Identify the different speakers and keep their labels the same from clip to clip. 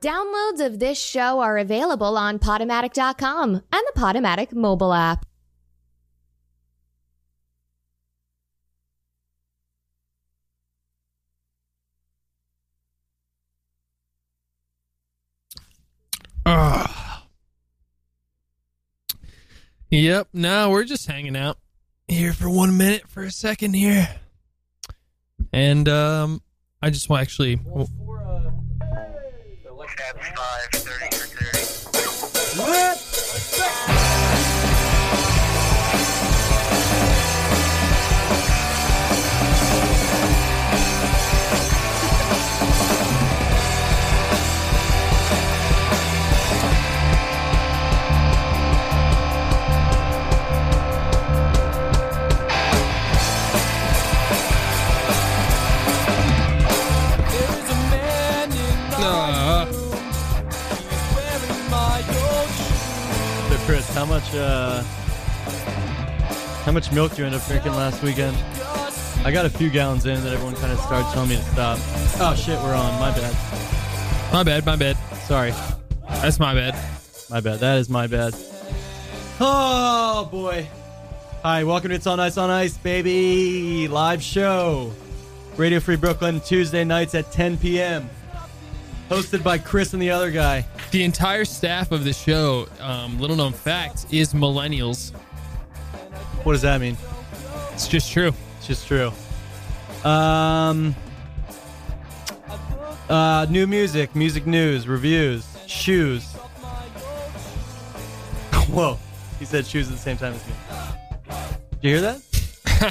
Speaker 1: Downloads of this show are available on Potomatic.com and the Potomatic mobile app.
Speaker 2: Ugh. Yep. No, we're just hanging out here for one minute, for a second here, and um, I just want actually.
Speaker 3: five thirty for thirty.
Speaker 2: Uh,
Speaker 4: So Chris, how much uh, how much milk did you end up drinking last weekend? I got a few gallons in that everyone kind of started telling me to stop. Oh shit, we're on. My bad.
Speaker 2: my bad. My bad.
Speaker 4: Sorry,
Speaker 2: That's my bad.
Speaker 4: my bad. That is my bad. Oh boy. Hi, welcome to It's on Ice on Ice, baby. Live show, Radio Free Brooklyn, Tuesday nights at 10 p.m. Hosted by Chris and the other guy.
Speaker 2: The entire staff of the show, um, little known fact, is millennials.
Speaker 4: What does that mean?
Speaker 2: It's just true.
Speaker 4: It's just true. Um, uh, new music, music news, reviews, shoes. Whoa, he said shoes at the same time as me. Did you hear that?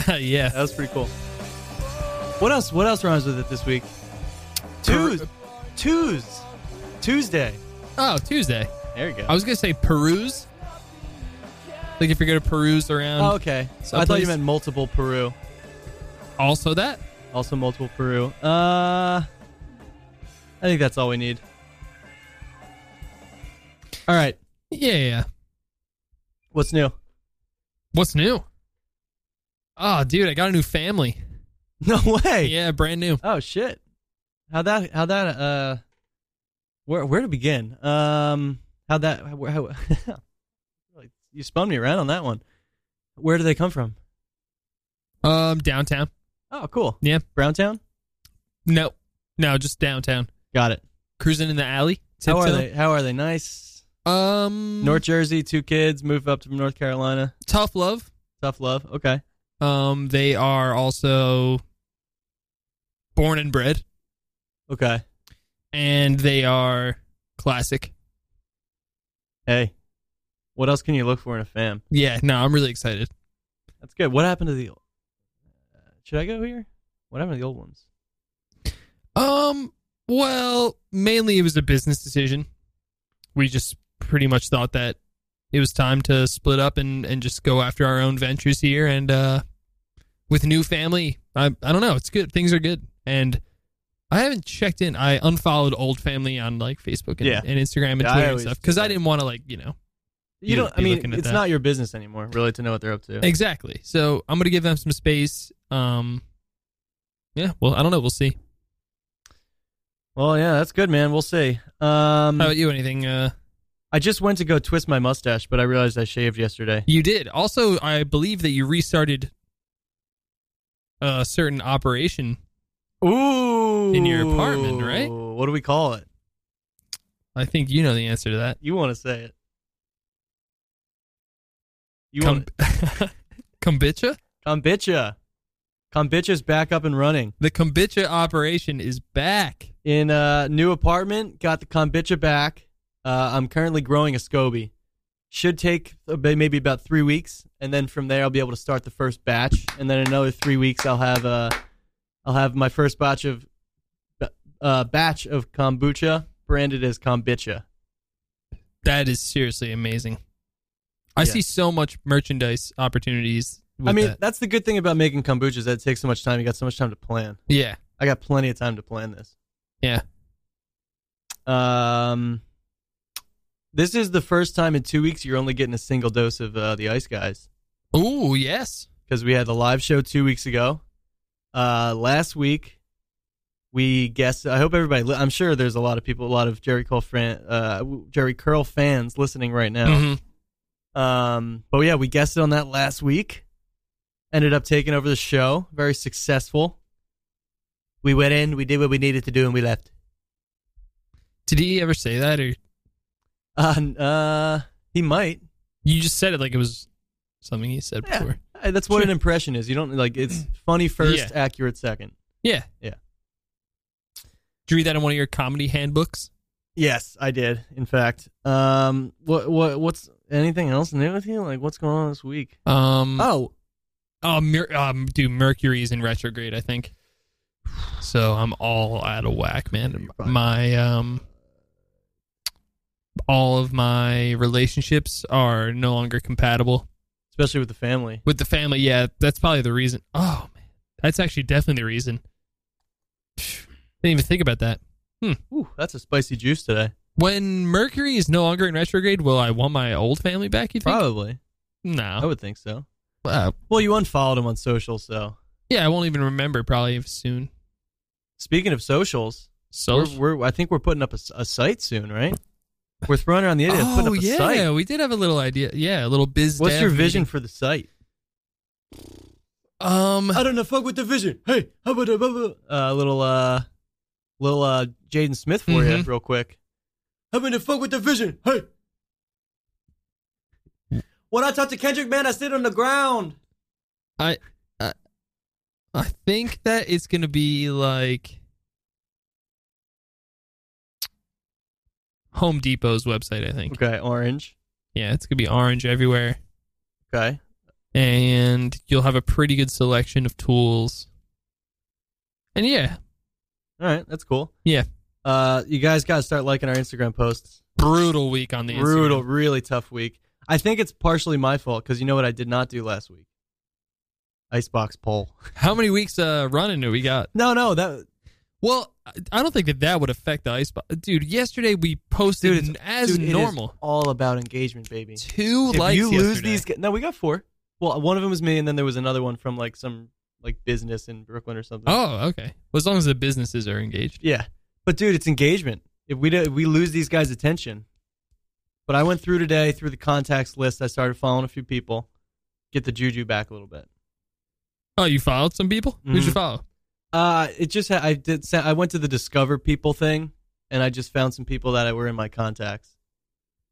Speaker 4: That
Speaker 2: yeah.
Speaker 4: was pretty cool. What else? What else rhymes with it this week? Tues, Tues, Tuesday.
Speaker 2: Oh, Tuesday.
Speaker 4: There you go.
Speaker 2: I was gonna say peruse. Like if you're gonna peruse around,
Speaker 4: oh, okay. I thought
Speaker 2: someplace-
Speaker 4: you meant multiple Peru.
Speaker 2: also that.
Speaker 4: Also multiple Peru. Uh, I think that's all we need. All right,
Speaker 2: Yeah, yeah, yeah.
Speaker 4: what's new?
Speaker 2: What's new? Oh, dude, I got a new family.
Speaker 4: No way.
Speaker 2: Yeah, brand new.
Speaker 4: Oh shit. How that? How that? Uh, where where to begin? Um, how that? How, how, like, you spun me around on that one. Where do they come from?
Speaker 2: Um, downtown.
Speaker 4: Oh, cool.
Speaker 2: Yeah.
Speaker 4: Browntown.
Speaker 2: No, no, just downtown.
Speaker 4: Got it.
Speaker 2: Cruising in the alley.
Speaker 4: How are
Speaker 2: tiptoe.
Speaker 4: they? How are they? Nice.
Speaker 2: Um,
Speaker 4: North Jersey, two kids, moved up to North Carolina.
Speaker 2: tough love.
Speaker 4: Tough love. Okay.
Speaker 2: Um, they are also born and bred,
Speaker 4: Okay.
Speaker 2: and they are classic.
Speaker 4: Hey, what else can you look for in a fam?
Speaker 2: Yeah, no, I'm really excited.
Speaker 4: That's good. What happened to the? uh, Should I go here? What happened to the old ones?
Speaker 2: Um, well, mainly it was a business decision. We just pretty much thought that it was time to split up and, and just go after our own ventures here and uh with new family. I I don't know, it's good. Things are good. And I haven't checked in. I unfollowed old family on like Facebook and,
Speaker 4: Yeah.
Speaker 2: and Instagram and
Speaker 4: Yeah, I
Speaker 2: Twitter and
Speaker 4: always
Speaker 2: stuff
Speaker 4: do
Speaker 2: because I
Speaker 4: that.
Speaker 2: didn't want to like, you know. You'd
Speaker 4: You, don't. I
Speaker 2: be
Speaker 4: mean,
Speaker 2: looking at
Speaker 4: it's
Speaker 2: that.
Speaker 4: not your business anymore, really, to know what they're up to.
Speaker 2: Exactly. So, I'm going to give them some space. Um Yeah, well, I don't know, we'll see.
Speaker 4: Well, yeah, that's good, man. We'll see. Um,
Speaker 2: How about you anything uh
Speaker 4: I just went to go twist my mustache, but I realized I shaved yesterday.
Speaker 2: You did. Also, I believe that you restarted a certain operation.
Speaker 4: Ooh,
Speaker 2: In your apartment, right?
Speaker 4: What do we call it?
Speaker 2: I think you know the answer to that.
Speaker 4: You want to say it? You
Speaker 2: Com-
Speaker 4: want
Speaker 2: kombucha?
Speaker 4: kombucha? Kombucha's back up and running.
Speaker 2: The kombucha operation is back.
Speaker 4: in a new apartment. Got the kombucha back. Uh, I'm currently growing a scoby. Should take a bit- maybe about three weeks, and then from there I'll be able to start the first batch. And then another three weeks I'll have uh, I'll have my first batch of uh, batch of kombucha branded as kombucha.
Speaker 2: That is seriously amazing. I
Speaker 4: Yeah.
Speaker 2: see so much merchandise opportunities. With
Speaker 4: I mean,
Speaker 2: that.
Speaker 4: that's the good thing about making kombucha is that it takes so much time. You got so much time to plan.
Speaker 2: yeah,
Speaker 4: I got plenty of time to plan this.
Speaker 2: yeah.
Speaker 4: Um, this is the first time in two weeks you're only getting a single dose of uh, the Ice Guys.
Speaker 2: Ooh, yes.
Speaker 4: because we had the live show two weeks ago. Uh, last week, We guess. I hope everybody. Li- I'm sure there's a lot of people, a lot of Jerry Curl, fan, uh, Jerry Curl fans listening right now.
Speaker 2: Mhm.
Speaker 4: Um, but yeah, we guessed it on that last week. Ended up taking over the show. Very successful. We went in, we did what we needed to do, and we left.
Speaker 2: Did he ever say that, or
Speaker 4: Uh, n- uh he might.
Speaker 2: you just said it like it was something he said
Speaker 4: Yeah.
Speaker 2: before?
Speaker 4: Uh, That's what an impression is. You don't like it's funny first,
Speaker 2: Yeah.
Speaker 4: accurate second.
Speaker 2: Yeah.
Speaker 4: Yeah.
Speaker 2: Did you read that in one of your comedy handbooks?
Speaker 4: Yes, I did. In fact, um, what what what's anything else new with you? Like, what's going on this week?
Speaker 2: Um,
Speaker 4: Oh,
Speaker 2: Oh, Mer- um, dude, Mercury's in retrograde, I think. So I'm all out of whack, man.
Speaker 4: fine.
Speaker 2: My um, all of my relationships are no longer compatible
Speaker 4: especially with the family.
Speaker 2: with the family. Yeah, that's probably the reason. Oh man, that's actually definitely the reason. Didn't even think about that.
Speaker 4: Ooh, that's a spicy juice today.
Speaker 2: When Mercury is no longer in retrograde, will I want my old family back? You think?
Speaker 4: Probably, Oh, I
Speaker 2: No.
Speaker 4: would think so.
Speaker 2: Uh,
Speaker 4: Well, you unfollowed him on social, so
Speaker 2: yeah, I won't even remember probably soon.
Speaker 4: Speaking of socials,
Speaker 2: So
Speaker 4: We're, we're I think we're putting up a, s- a site soon, right? We're throwing around the idea of putting
Speaker 2: Oh,
Speaker 4: up a
Speaker 2: yeah,
Speaker 4: site.
Speaker 2: we did have a little idea. Yeah, a little biz.
Speaker 4: What's
Speaker 2: dev
Speaker 4: your vision
Speaker 2: meeting.
Speaker 4: for the site?
Speaker 2: Um,
Speaker 4: I don't know. Fuck with the vision. Hey, how about a uh, little uh, little uh, Jaden Smith for you,
Speaker 2: Mhm.
Speaker 4: real quick. I'm gonna fuck with the vision. Hey. When I talk to Kendrick, man, I sit on the ground.
Speaker 2: I, I, I think that it's gonna be like Home Depot's website. I think.
Speaker 4: Okay, orange.
Speaker 2: Yeah, it's gonna be orange everywhere,
Speaker 4: Okay,
Speaker 2: and you'll have a pretty good selection of tools. And yeah,
Speaker 4: all right, that's cool.
Speaker 2: Yeah.
Speaker 4: Uh, you guys gotta start liking our Instagram posts.
Speaker 2: brutal week on the
Speaker 4: brutal,
Speaker 2: Instagram.
Speaker 4: really tough week. I think it's partially my fault because you know what I did not do last week. Icebox poll.
Speaker 2: How many weeks uh running do we got?
Speaker 4: No, no, that
Speaker 2: Well, I- I don't think that that would affect the ice, bo- dude. Yesterday we posted
Speaker 4: dude, it's
Speaker 2: n- as
Speaker 4: dude, it is
Speaker 2: normal.
Speaker 4: all about engagement, baby.
Speaker 2: Two
Speaker 4: If
Speaker 2: likes.
Speaker 4: you lose
Speaker 2: yesterday.
Speaker 4: these, g- no, we got four. Well, one of them was me, and then there was another one from like some like business in Brooklyn or something.
Speaker 2: Oh, okay. Well, as long as the businesses are engaged.
Speaker 4: yeah, but dude, it's engagement. If we do, if we lose these guys' attention. But I went through today through the contacts list. I started following a few people, get the juju back a little bit.
Speaker 2: Oh, you followed some people? Who'd you
Speaker 4: Mhm.
Speaker 2: follow?
Speaker 4: Uh, it just ha- I did. sa- I went to the Discover People thing, and I just found some people that I were in my contacts,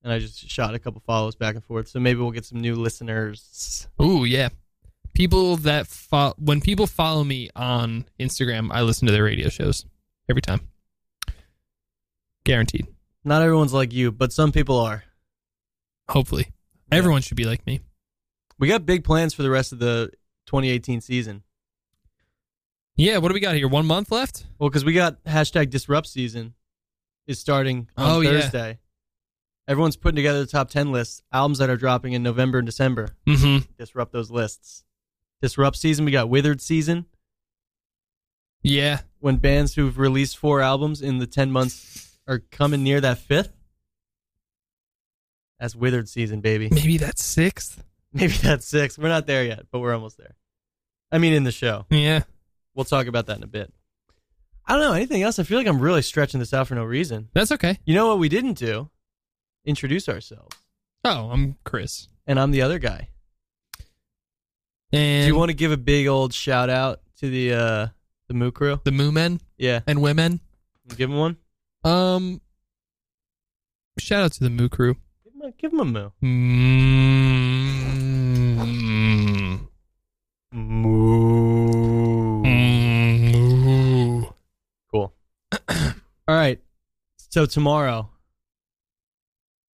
Speaker 4: and I just shot a couple follows back and forth. So maybe we'll get some new listeners.
Speaker 2: Ooh, yeah. People that follow when people follow me on Instagram, I listen to their radio shows every time. Guaranteed.
Speaker 4: Not everyone's like you, but some people are.
Speaker 2: Hopefully, everyone should be like me.
Speaker 4: We got big plans for the rest of the 2018 season.
Speaker 2: Yeah. What do we got here? One month left.
Speaker 4: Well, because we got hashtag Disrupt season is starting on
Speaker 2: Oh, yeah.
Speaker 4: Thursday. Everyone's putting together the top 10 lists, albums that are dropping in November and December.
Speaker 2: Mm-hmm.
Speaker 4: Disrupt those lists. Disrupt season. We got Withered season.
Speaker 2: Yeah.
Speaker 4: when bands who've released four albums in the 10 months are coming near that fifth that's withered season baby
Speaker 2: Maybe that's sixth.
Speaker 4: maybe that's six we're not there yet but we're almost there i mean in the show
Speaker 2: Yeah.
Speaker 4: we'll talk about that in a bit i don't know anything else i feel like i'm really stretching this out for no reason
Speaker 2: That's okay.
Speaker 4: you know what we didn't do introduce ourselves
Speaker 2: Oh, I'm Chris.
Speaker 4: and i'm the other guy
Speaker 2: And
Speaker 4: do you want to give a big old shout out to the uh the moo crew
Speaker 2: the Moo Men
Speaker 4: yeah
Speaker 2: and Women?
Speaker 4: give them one
Speaker 2: Um. Shout out to the Moo Crew.
Speaker 4: give them a, give 'em a moo
Speaker 2: Mm-hmm. Mm.
Speaker 4: moo
Speaker 2: Mm.
Speaker 4: Cool. All right. So tomorrow,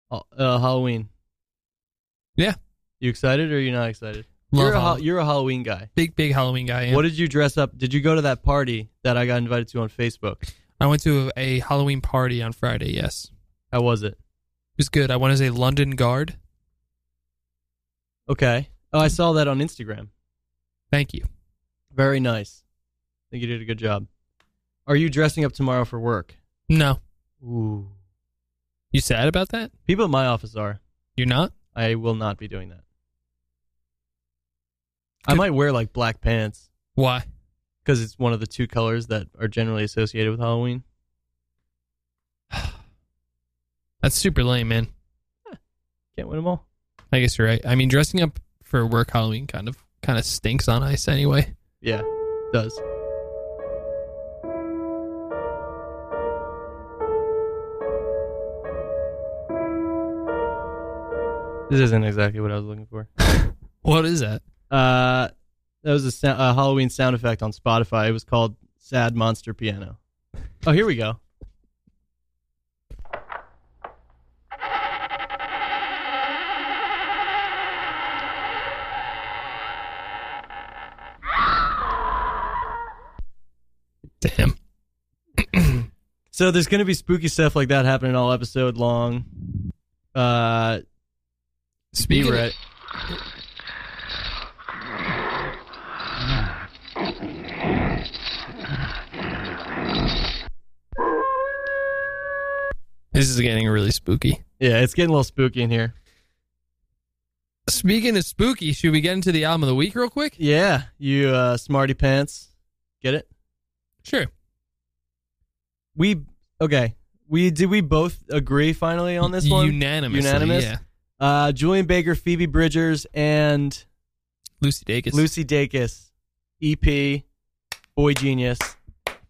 Speaker 4: uh, uh, Halloween.
Speaker 2: Yeah.
Speaker 4: You excited or you not excited?
Speaker 2: Love
Speaker 4: you're, a, Hal-
Speaker 2: Halloween.
Speaker 4: you're a Halloween guy.
Speaker 2: big big Halloween guy. I, am.
Speaker 4: What did you dress up? Did you go to that party that I got invited to on Facebook?
Speaker 2: I went to a Halloween party on Friday. Yes,
Speaker 4: How was it?
Speaker 2: it was good. I went as a London guard.
Speaker 4: Okay. Oh, I saw that on Instagram.
Speaker 2: Thank you.
Speaker 4: Very nice. I think you did a good job. Are you dressing up tomorrow for work?
Speaker 2: No,
Speaker 4: Ooh.
Speaker 2: you sad about that?
Speaker 4: People at my office are.
Speaker 2: You're not.
Speaker 4: I will not be doing that. I might wear like black pants.
Speaker 2: Why?
Speaker 4: because it's one of the two colors that are generally associated with Halloween.
Speaker 2: That's super lame, man.
Speaker 4: Can't win them all.
Speaker 2: I guess you're right. I mean, dressing up for work Halloween kind of kind of stinks on ice anyway.
Speaker 4: Yeah, does. This isn't exactly what I was looking for.
Speaker 2: What is that?
Speaker 4: Uh, that was a, sou- a Halloween sound effect on Spotify. It was called "Sad Monster Piano." Oh, here we go.
Speaker 2: Damn.
Speaker 4: So there's going to be spooky stuff like that happening all episode long. Uh, be
Speaker 2: Speaking
Speaker 4: right.
Speaker 2: this is getting really spooky.
Speaker 4: Yeah, it's getting a little spooky in here.
Speaker 2: Speaking of spooky, should we get into the album of the week real quick?
Speaker 4: Yeah, you uh, smarty pants. Get it?
Speaker 2: Sure.
Speaker 4: We okay. We did we both agree finally on this one?
Speaker 2: unanimously,
Speaker 4: Unanimous?
Speaker 2: yeah.
Speaker 4: Uh, Julian Baker, Phoebe Bridgers, and
Speaker 2: Lucy Dacus.
Speaker 4: Lucy Dacus, EP, Boy Genius.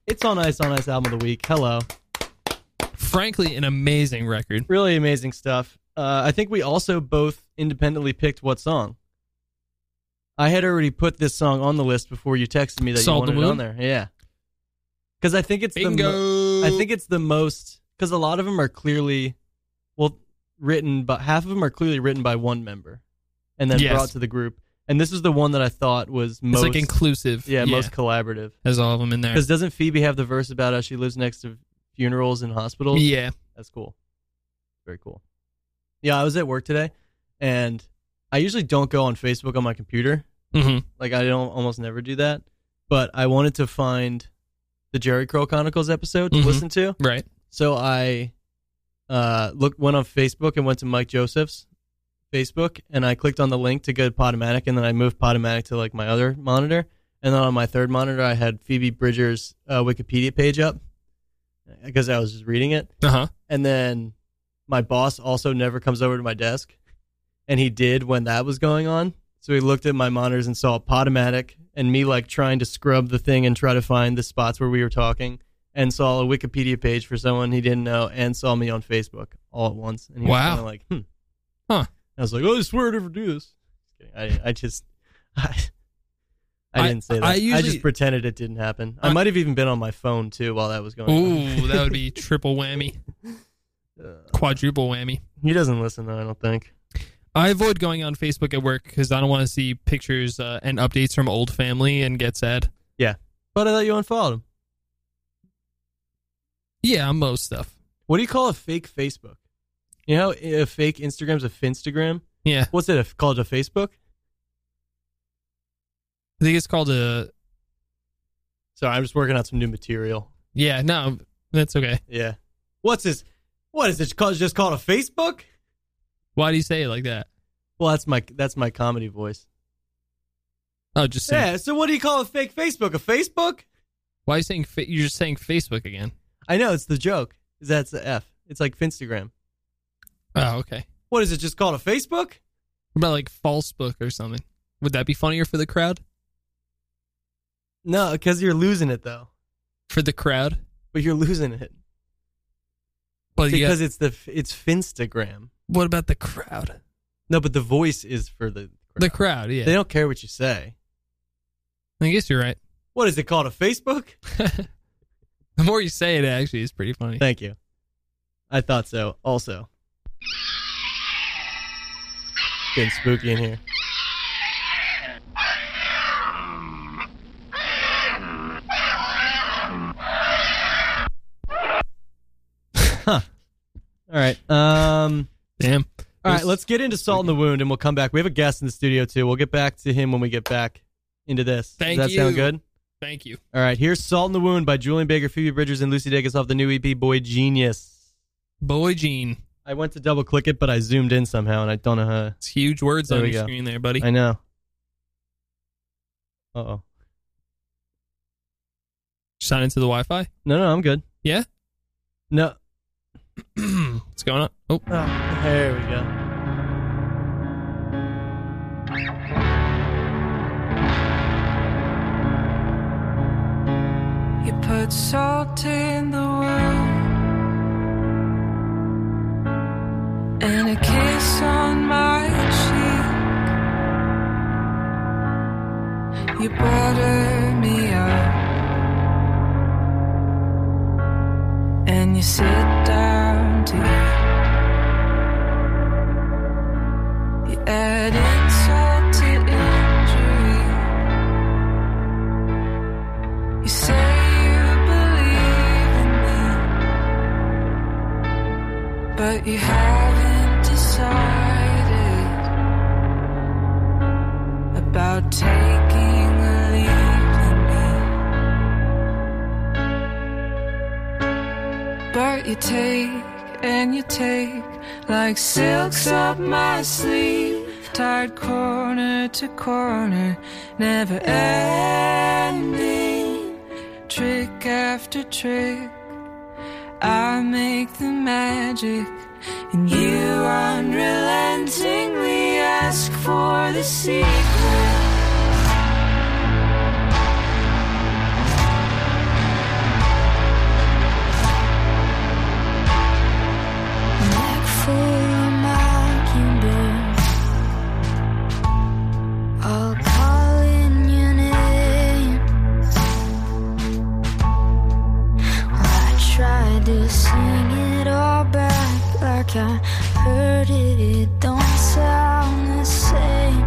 Speaker 4: It's on Ice on Ice album of the week. Hello,
Speaker 2: Frankly, an amazing record.
Speaker 4: really amazing stuff. Uh, I think we also both independently picked what song. I had already put this song on the list before you texted me that
Speaker 2: Salt the
Speaker 4: you wanted it on
Speaker 2: Wound?
Speaker 4: there. Yeah, because I think it's the mo-
Speaker 2: Bingo.
Speaker 4: I think it's the most because a lot of them are clearly, well, written, but half of them are clearly written by one member, and then
Speaker 2: Yes.
Speaker 4: brought to the group. And this is the one that I thought was
Speaker 2: it's
Speaker 4: most,
Speaker 2: like inclusive.
Speaker 4: yeah, most collaborative.
Speaker 2: Has all of them in there.
Speaker 4: Because doesn't Phoebe have the verse about how she lives next to funerals and hospitals?
Speaker 2: Yeah.
Speaker 4: That's cool. Very cool. Yeah, I was at work today, and I usually don't go on Facebook on my computer.
Speaker 2: hmm
Speaker 4: Like I don't almost never do that, but I wanted to find the Jerry Crow Chronicles episode to
Speaker 2: Mhm.
Speaker 4: listen to.
Speaker 2: Right.
Speaker 4: So I uh, looked went on Facebook and went to Mike Joseph's Facebook, and I clicked on the link to go to Podomatic, and then I moved Podomatic to like my other monitor, and then on my third monitor I had Phoebe Bridgers' uh, Wikipedia page up because I was just reading it,
Speaker 2: Uh huh.
Speaker 4: and then my boss also never comes over to my desk, and he did when that was going on. So he looked at my monitors and saw Podomatic and me like trying to scrub the thing and try to find the spots where we were talking, and saw a Wikipedia page for someone he didn't know, and saw me on Facebook all at once. And he
Speaker 2: Wow.
Speaker 4: was kind of like, hmm.
Speaker 2: Huh.
Speaker 4: I was like, oh, I swear I'd never do this. I, I just. I, I
Speaker 2: I-
Speaker 4: didn't say that.
Speaker 2: I
Speaker 4: I,
Speaker 2: usually-
Speaker 4: just pretended it didn't happen. I
Speaker 2: I-
Speaker 4: might have even been on my phone too while that was going on.
Speaker 2: Ooh, that would be triple whammy,
Speaker 4: Uh,
Speaker 2: quadruple whammy.
Speaker 4: He doesn't listen though, I don't think.
Speaker 2: I avoid going on Facebook at work because I don't want to see pictures uh, and updates from old family and get sad.
Speaker 4: But I thought you unfollowed him.
Speaker 2: Yeah, on most stuff.
Speaker 4: What do you call a fake Facebook? You know, how a fake Instagram's a Finstagram.
Speaker 2: Yeah,
Speaker 4: What's it a, called? A Facebook?
Speaker 2: I think it's called a.
Speaker 4: Sorry, I'm just working on some new material.
Speaker 2: Yeah, no, that's okay.
Speaker 4: Yeah. What's this? What is it called? Just called a Facebook?
Speaker 2: Why do you say it like that?
Speaker 4: Well, that's my that's my comedy voice.
Speaker 2: Oh, just saying.
Speaker 4: Yeah. So what do you call a fake Facebook? A Facebook?
Speaker 2: Why are you saying fa- you're just saying Facebook again?
Speaker 4: I know it's the joke. Is that's the F? It's like Finstagram.
Speaker 2: Oh, okay.
Speaker 4: What is it? Just called a Facebook?
Speaker 2: What about like false book or something? Would that be funnier for the crowd?
Speaker 4: No, because you're losing it though.
Speaker 2: For the crowd?
Speaker 4: But you're losing it
Speaker 2: But yeah,
Speaker 4: because it's the it's Finstagram.
Speaker 2: what about the crowd?
Speaker 4: No, but the voice is for the
Speaker 2: The crowd, yeah.
Speaker 4: They don't care what you say.
Speaker 2: I guess you're right.
Speaker 4: What is it called? A Facebook?
Speaker 2: the more you say it, actually, is pretty funny.
Speaker 4: Thank you. I thought so. Also, getting spooky in here. Huh. All right. Um.
Speaker 2: Damn.
Speaker 4: All right. Let's get into salt in the wound, and we'll come back. We have a guest in the studio too. We'll get back to him when we get back into this.
Speaker 2: Thank
Speaker 4: Does that sound
Speaker 2: you.
Speaker 4: good?
Speaker 2: Thank you.
Speaker 4: All right, here's Salt in the Wound by Julian Baker, Phoebe Bridgers, and Lucy Dacus off the new EP Boy Genius.
Speaker 2: Boy Gene.
Speaker 4: I went to double click it, but I zoomed in somehow, and I don't know how.
Speaker 2: It's huge words
Speaker 4: There
Speaker 2: on
Speaker 4: we
Speaker 2: your
Speaker 4: go.
Speaker 2: screen there, buddy.
Speaker 4: I know. Uh oh.
Speaker 2: Sign into the Wi-Fi.
Speaker 4: No, no, I'm good.
Speaker 2: Yeah?
Speaker 4: No.
Speaker 2: What's going on? Oh,
Speaker 4: Oh, there we go.
Speaker 5: You put salt in the wound and a kiss on my cheek. You butter me up and you sit down to eat. You add insult to injury. You say you believe in me, but you haven't decided about taking a leap in me. But you take and you take like silks up my sleeve, tied corner to corner, never ending trick after trick. I make the magic, and you unrelentingly ask for the secret. Neck full of mockingbirds, all calling your name. Well, I tried to sing it all back like I heard it. It don't sound the same.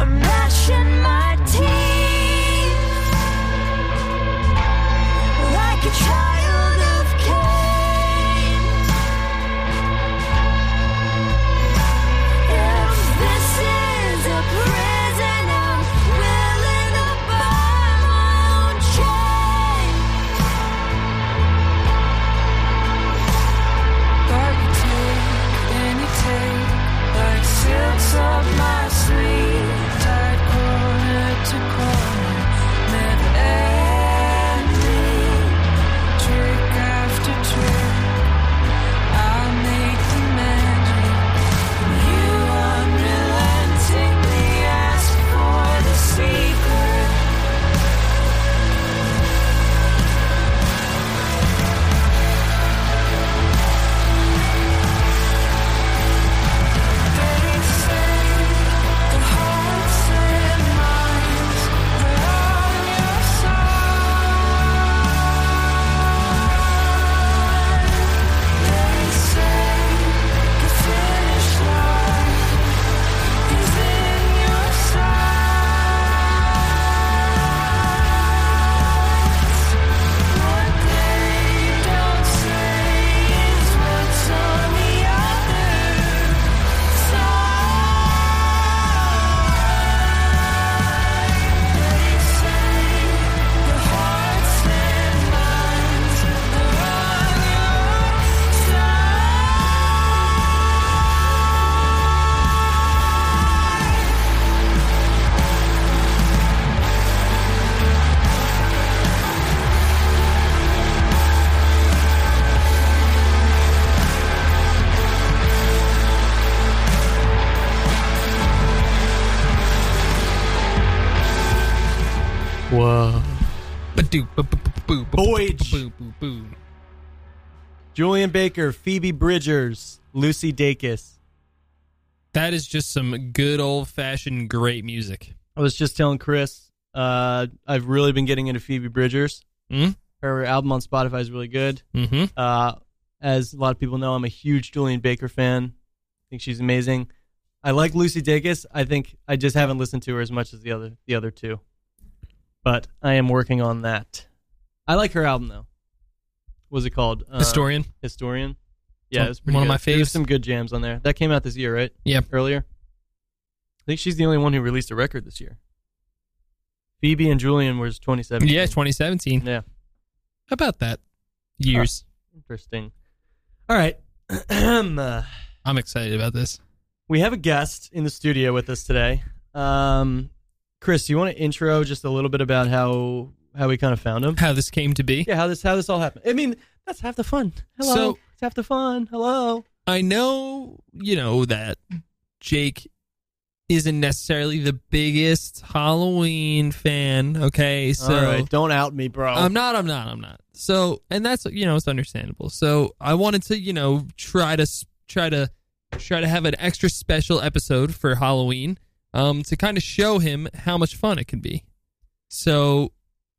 Speaker 5: I'm gnashing my teeth like a child of Cain. If this is a prison, I'm willing to buy my own chain. But you take and you take like silks of my sleeve, tied corner to corner, never ending trick after trick. I make the magic, and you unrelentingly ask for the secret. They say the hearts and minds are on your side. They say the finish line is in your sight. What they don't say is what's on the other.
Speaker 4: Whoa.
Speaker 2: Ba-doo, ba-ba-ba-boo, ba-ba-ba-boo,
Speaker 4: Voyage.
Speaker 2: boo-boo.
Speaker 4: Julian Baker, Phoebe Bridgers, Lucy Dacus.
Speaker 2: That is just some good old fashioned great music.
Speaker 4: I was just telling Chris, uh, I've really been getting into Phoebe Bridgers.
Speaker 2: Mm?
Speaker 4: Her album on Spotify is really good.
Speaker 2: Mm-hmm.
Speaker 4: Uh, as a lot of people know, I'm a huge Julian Baker fan. I think she's amazing. I like Lucy Dacus. I think I just haven't listened to her as much as the other the other two. But I am working on that. I like her album though. What was it called? Uh,
Speaker 2: Historian.
Speaker 4: Historian. Yeah,
Speaker 2: It's
Speaker 4: it was pretty
Speaker 2: one of
Speaker 4: good.
Speaker 2: my
Speaker 4: There's
Speaker 2: faves.
Speaker 4: some good jams on there. That came out this year, right?
Speaker 2: Yeah.
Speaker 4: Earlier. I think she's the only one who released a record this year. Phoebe and Julian was 2017.
Speaker 2: Yeah, 2017.
Speaker 4: Yeah.
Speaker 2: How about that? Years.
Speaker 4: Interesting. All right. Uh,
Speaker 2: I'm excited about this.
Speaker 4: we have a guest in the studio with us today. Um, Chris, you want to intro just a little bit about how how we kind of found him?
Speaker 2: How this came to be?
Speaker 4: Yeah, how this how this all happened. I mean, that's half the fun. Hello,
Speaker 2: So-
Speaker 4: it's half the fun. Hello.
Speaker 2: I know, you know, that Jake isn't necessarily the biggest Halloween fan. Okay, so
Speaker 4: all right, don't out me, bro.
Speaker 2: I'm not, I'm not, I'm not. So, and that's you know, it's understandable. So, I wanted to, you know, try to s- try to try to have an extra special episode for Halloween, um, to kind of show him how much fun it can be. So,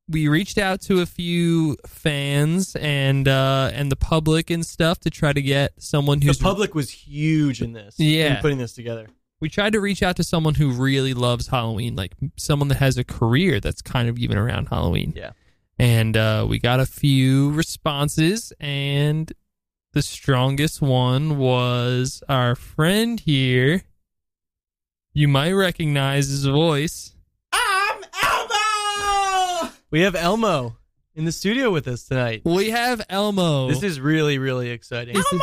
Speaker 2: we reached out to a few fans and uh and the public and stuff to try to get someone
Speaker 4: the
Speaker 2: who's
Speaker 4: public was huge in this.
Speaker 2: Yeah.
Speaker 4: in putting this together.
Speaker 2: we tried to reach out to someone who really loves Halloween, like someone that has a career that's kind of even around Halloween.
Speaker 4: Yeah.
Speaker 2: And uh, we got a few responses, and the strongest one was our friend here. You might recognize his voice.
Speaker 4: We have Elmo in the studio with us tonight.
Speaker 2: We have Elmo.
Speaker 4: This is really really exciting.
Speaker 2: This is-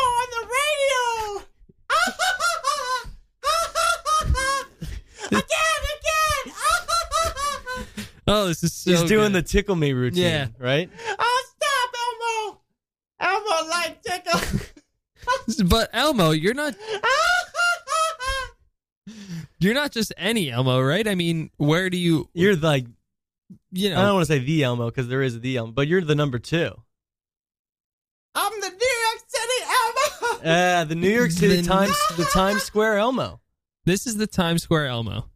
Speaker 2: oh, this is so
Speaker 4: He's doing the
Speaker 2: good.
Speaker 4: tickle me routine,
Speaker 2: Yeah.
Speaker 4: right?
Speaker 6: Oh, stop, Elmo! Elmo like tickle.
Speaker 2: But Elmo, you're not you're not just any Elmo, right? I mean, where do you
Speaker 4: You're like
Speaker 2: you know
Speaker 4: I don't want to say the Elmo because there is the Elmo, but you're the number two.
Speaker 6: I'm the New York City Elmo.
Speaker 4: Uh, the New York City
Speaker 2: The-
Speaker 4: Times, the Times Square Elmo.
Speaker 2: This is the Times Square Elmo.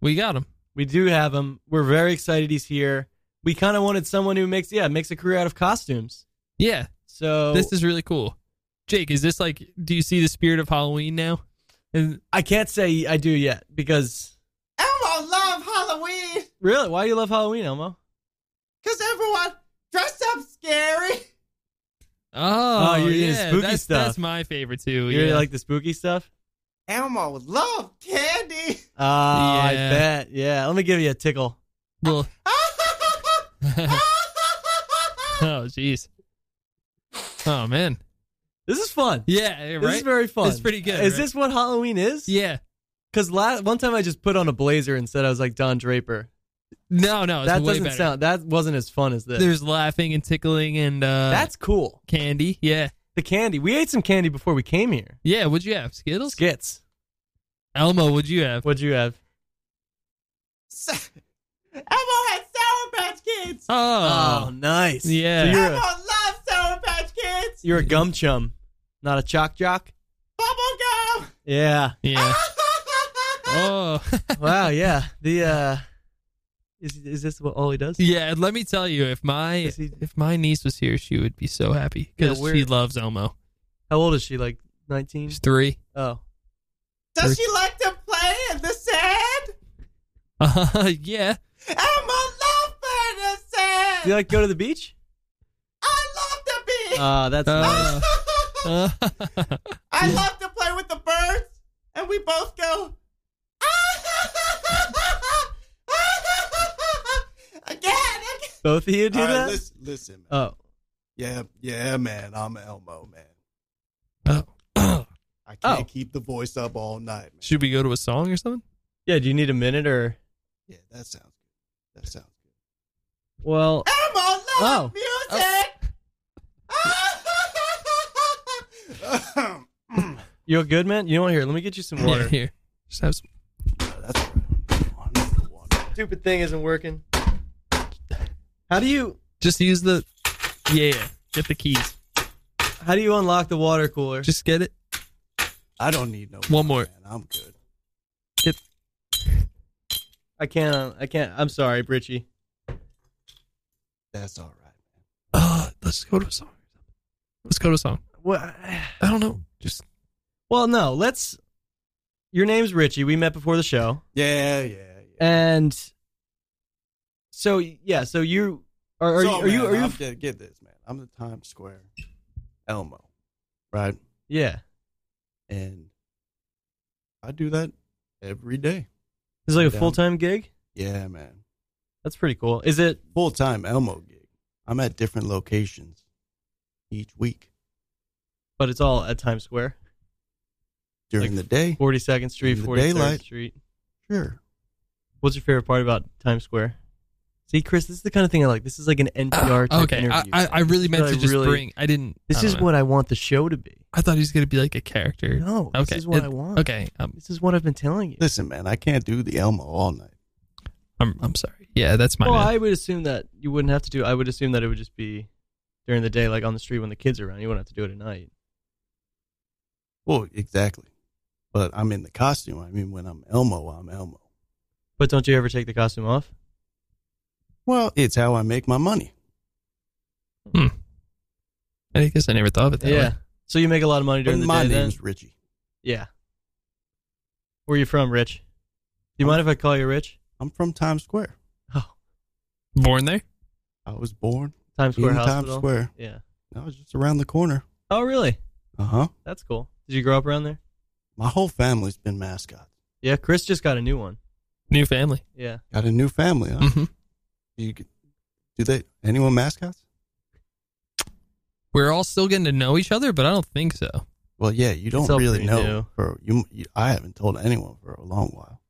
Speaker 2: We got him.
Speaker 4: We do have him. We're very excited he's here. We kind of wanted someone who makes yeah makes a career out of costumes.
Speaker 2: Yeah,
Speaker 4: So
Speaker 2: this is really cool. Jake, is this like? Do you see the spirit of Halloween now? And
Speaker 4: I can't say I do yet because
Speaker 6: Elmo love Halloween
Speaker 4: really, why do you love Halloween, Elmo?
Speaker 6: because everyone dressed up scary.
Speaker 2: oh,
Speaker 4: Oh, you're into
Speaker 2: yeah,
Speaker 4: spooky
Speaker 2: that's,
Speaker 4: stuff.
Speaker 2: That's my favorite too.
Speaker 4: You
Speaker 2: yeah.
Speaker 4: like the spooky stuff?
Speaker 6: Elmo love candy.
Speaker 4: Uh, I
Speaker 2: Yeah.
Speaker 4: bet. Yeah. Let me give you a tickle.
Speaker 2: Little- oh, jeez. Oh man.
Speaker 4: This is fun.
Speaker 2: Yeah. eh, Right.
Speaker 4: This is very fun.
Speaker 2: It's pretty good,
Speaker 4: Is
Speaker 2: right?
Speaker 4: this what Halloween is?
Speaker 2: yeah.
Speaker 4: Because last one time I just put on a blazer and said I was like Don Draper.
Speaker 2: No, no. Oh, It's
Speaker 4: that
Speaker 2: way
Speaker 4: doesn't
Speaker 2: better.
Speaker 4: sound. That wasn't as fun as this.
Speaker 2: There's laughing and tickling and uh,
Speaker 4: That's cool.
Speaker 2: candy. Yeah.
Speaker 4: The candy. We ate some candy before we came here.
Speaker 2: Yeah. What'd you have? Skittles.
Speaker 4: Skits.
Speaker 2: Elmo. What'd you have?
Speaker 4: What'd you have?
Speaker 6: Sa- Elmo had Sour Patch Kids.
Speaker 2: Oh.
Speaker 4: nice.
Speaker 2: Yeah.
Speaker 4: So you're
Speaker 6: Elmo
Speaker 4: a,
Speaker 6: loves Sour Patch Kids.
Speaker 4: you're a gum chum, not a chalk jock.
Speaker 6: Bubble
Speaker 4: Yeah.
Speaker 2: Yeah.
Speaker 6: gum.
Speaker 2: Oh.
Speaker 4: Wow. Yeah. The uh, is is this what all he does?
Speaker 2: Yeah, and let me tell you, if my
Speaker 4: Is he-
Speaker 2: if my niece was here, she would be so happy
Speaker 4: Yeah,
Speaker 2: because
Speaker 4: where-
Speaker 2: she loves Elmo.
Speaker 4: How old is she? Like nineteen?
Speaker 2: She's three.
Speaker 4: Oh.
Speaker 6: Does she like to play in the sand?
Speaker 2: Uh, yeah,
Speaker 6: Elmo love playing in the sand.
Speaker 4: Do you like go to the beach?
Speaker 6: I love to be.
Speaker 4: Uh, that's
Speaker 2: Uh, Uh,
Speaker 6: I love to play with the birds, and we both go. again, again.
Speaker 4: both of you do
Speaker 7: All right,
Speaker 4: that.
Speaker 7: listen, listen. man.
Speaker 4: Oh,
Speaker 7: Yeah, yeah, man. I'm Elmo, man.
Speaker 2: oh.
Speaker 7: I can't
Speaker 4: Oh.
Speaker 7: keep the voice up all night, man.
Speaker 2: Should we go to a song or something?
Speaker 4: yeah. Do you need a minute or?
Speaker 7: Yeah, that sounds good. That sounds good.
Speaker 4: Well,
Speaker 6: Elmo
Speaker 4: Oh.
Speaker 6: love music.
Speaker 4: you're good, man. You know what? Here, let me get you some
Speaker 2: Yeah,
Speaker 4: water.
Speaker 2: here. Just have some.
Speaker 7: That's all right. One, one.
Speaker 4: Stupid thing isn't working. How do you
Speaker 2: Just use the. Yeah, get the keys.
Speaker 4: how do you unlock the water cooler?
Speaker 2: Just get it.
Speaker 7: I don't need no
Speaker 2: One more.
Speaker 7: Man. I'm good.
Speaker 4: I can't. uh, I can't. I'm sorry, Richie.
Speaker 7: That's all right.
Speaker 2: Uh, let's go to a song. Let's go to a song.
Speaker 4: What?
Speaker 2: I don't know. Just
Speaker 4: Well, no. Let's. Your name's Richie. We met before the show,
Speaker 7: Yeah, yeah, yeah.
Speaker 4: and so yeah. So you are. Are, you,
Speaker 7: So,
Speaker 4: are you?
Speaker 7: man,
Speaker 4: Are you?
Speaker 7: I'm dead- Get this, man. I'm the Times Square Elmo, right?
Speaker 4: Yeah.
Speaker 7: And I do that every day.
Speaker 4: It's like a
Speaker 7: Down.
Speaker 4: full time gig.
Speaker 7: Yeah, man.
Speaker 4: That's pretty cool. Is it?
Speaker 7: Full time Elmo gig. I'm at different locations each week
Speaker 4: But it's all at Times Square,
Speaker 7: during
Speaker 4: Like
Speaker 7: the day.
Speaker 4: Forty Second Street,
Speaker 7: In the
Speaker 4: Forty Third
Speaker 7: daylight.
Speaker 4: Street.
Speaker 7: Sure.
Speaker 4: What's your favorite part about Times Square? See, Chris, this is the kind of thing I like. This is like an NPR type
Speaker 2: Ah, okay, I,
Speaker 4: interview.
Speaker 2: I, I really meant
Speaker 4: Really,
Speaker 2: to just
Speaker 4: really-
Speaker 2: bring. I didn't. I
Speaker 4: this
Speaker 2: don't
Speaker 4: is
Speaker 2: know.
Speaker 4: what I want the show to be.
Speaker 2: I thought he was gonna be like a character.
Speaker 4: No,
Speaker 2: okay.
Speaker 4: this is what
Speaker 2: it-
Speaker 4: I want.
Speaker 2: Okay, um,
Speaker 4: This is what I've been telling you.
Speaker 7: Listen, man, I can't do the Elmo all night.
Speaker 2: I'm I'm sorry. Yeah, that's my.
Speaker 4: Well,
Speaker 2: bad.
Speaker 4: I would assume that you wouldn't have to do. I would assume that it would just be during the day, like on the street when the kids are around. You wouldn't have to do it at night.
Speaker 7: Well, exactly. But I'm in the costume. I mean, when I'm Elmo, I'm Elmo.
Speaker 4: But don't you ever take the costume off?
Speaker 7: Well, it's how I make my money.
Speaker 2: Hmm. I guess I never thought of it that way.
Speaker 4: So you make a lot of money during
Speaker 7: But
Speaker 4: the
Speaker 7: my
Speaker 4: day. Then.
Speaker 7: name's Richie.
Speaker 4: Yeah. Where you from, Rich? Do you mind if I call you Rich?
Speaker 7: I'm from Times Square.
Speaker 4: Oh,
Speaker 2: Born there?
Speaker 7: I was born.
Speaker 4: Times Square
Speaker 7: in
Speaker 4: Hospital.
Speaker 7: Times Square.
Speaker 4: Yeah.
Speaker 7: I was just around the corner.
Speaker 4: Oh, really?
Speaker 7: Uh huh.
Speaker 4: That's cool. Did you grow up around there?
Speaker 7: My whole family's been mascots.
Speaker 4: Yeah. Chris just got a new one.
Speaker 2: New family.
Speaker 4: Yeah.
Speaker 7: Got a new family.
Speaker 4: Hmm.
Speaker 7: Huh?
Speaker 2: Mhm.
Speaker 7: You could, do they? Anyone mascots?
Speaker 2: We're all still getting to know each other, but I don't think so.
Speaker 7: Well, yeah. You don't
Speaker 4: all
Speaker 7: really
Speaker 4: pretty
Speaker 7: know.
Speaker 4: new.
Speaker 7: For you, you, I haven't told anyone for a long while.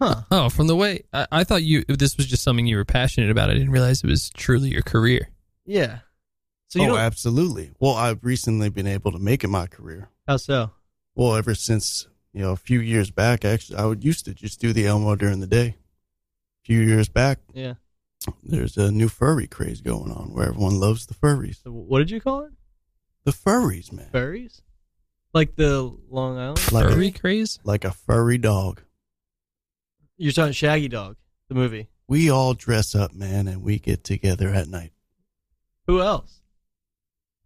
Speaker 4: Huh.
Speaker 2: Oh, from the way I, I thought you this was just something you were passionate about. I didn't realize it was truly your career.
Speaker 4: Yeah. So you
Speaker 7: oh,
Speaker 4: don't.
Speaker 7: absolutely. Well, I've recently been able to make it my career.
Speaker 4: How so?
Speaker 7: Well, ever since you know a few years back, actually, I would used to just do the Elmo during the day. A few years back,
Speaker 4: Yeah.
Speaker 7: there's a new furry craze going on where everyone loves the furries.
Speaker 4: So what did you call it?
Speaker 7: The furries, man,
Speaker 4: Furries? Like the Long Island?
Speaker 7: Like-
Speaker 2: Furry craze?
Speaker 7: like a furry dog.
Speaker 4: You're talking Shaggy Dog, the movie.
Speaker 7: We all dress up, man, and we get together at night.
Speaker 4: Who else?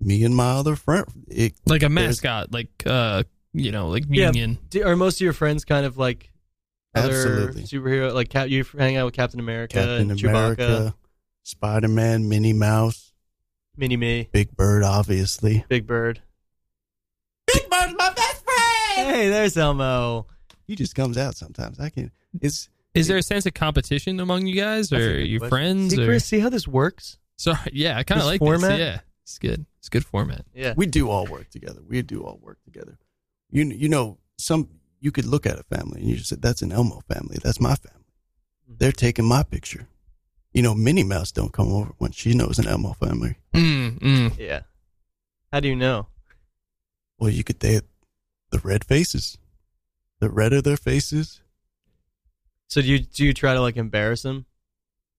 Speaker 7: Me and my other friend. It,
Speaker 2: Like a
Speaker 7: there's-
Speaker 2: mascot, like uh you know, like
Speaker 4: Yeah.
Speaker 2: union.
Speaker 4: Do, are most of your friends kind of like other
Speaker 7: Absolutely.
Speaker 4: superhero? Like Cap, you hang out with Captain America,
Speaker 7: Captain
Speaker 4: and Chewbacca,
Speaker 7: America, Spider Man, Minnie Mouse,
Speaker 4: Mini Me,
Speaker 7: Big Bird, obviously.
Speaker 4: Big Bird.
Speaker 6: Big Bird's my best friend.
Speaker 4: Hey, there's Elmo.
Speaker 7: He just comes out sometimes. I can. It's
Speaker 2: Is there a sense of competition among you guys
Speaker 4: That's a
Speaker 2: or
Speaker 4: good
Speaker 2: your
Speaker 4: question.
Speaker 2: friends?
Speaker 4: See,
Speaker 2: Or,
Speaker 4: Chris, see how this works?
Speaker 2: sorry, yeah, I kind of
Speaker 4: This
Speaker 2: like
Speaker 4: format?
Speaker 2: this. Yeah, it's good. It's good format.
Speaker 4: Yeah.
Speaker 7: we do all work together. We do all work together. You you know some you could look at a family and you just said that's an Elmo family. That's my family.
Speaker 4: Mm-hmm.
Speaker 7: They're taking my picture. You know, Minnie Mouse don't come over when she knows an Elmo family.
Speaker 2: Mm, mm.
Speaker 4: Yeah. How do you know?
Speaker 7: Well, you could they the red faces. The redder their faces,
Speaker 4: So do you do you try to like embarrass them?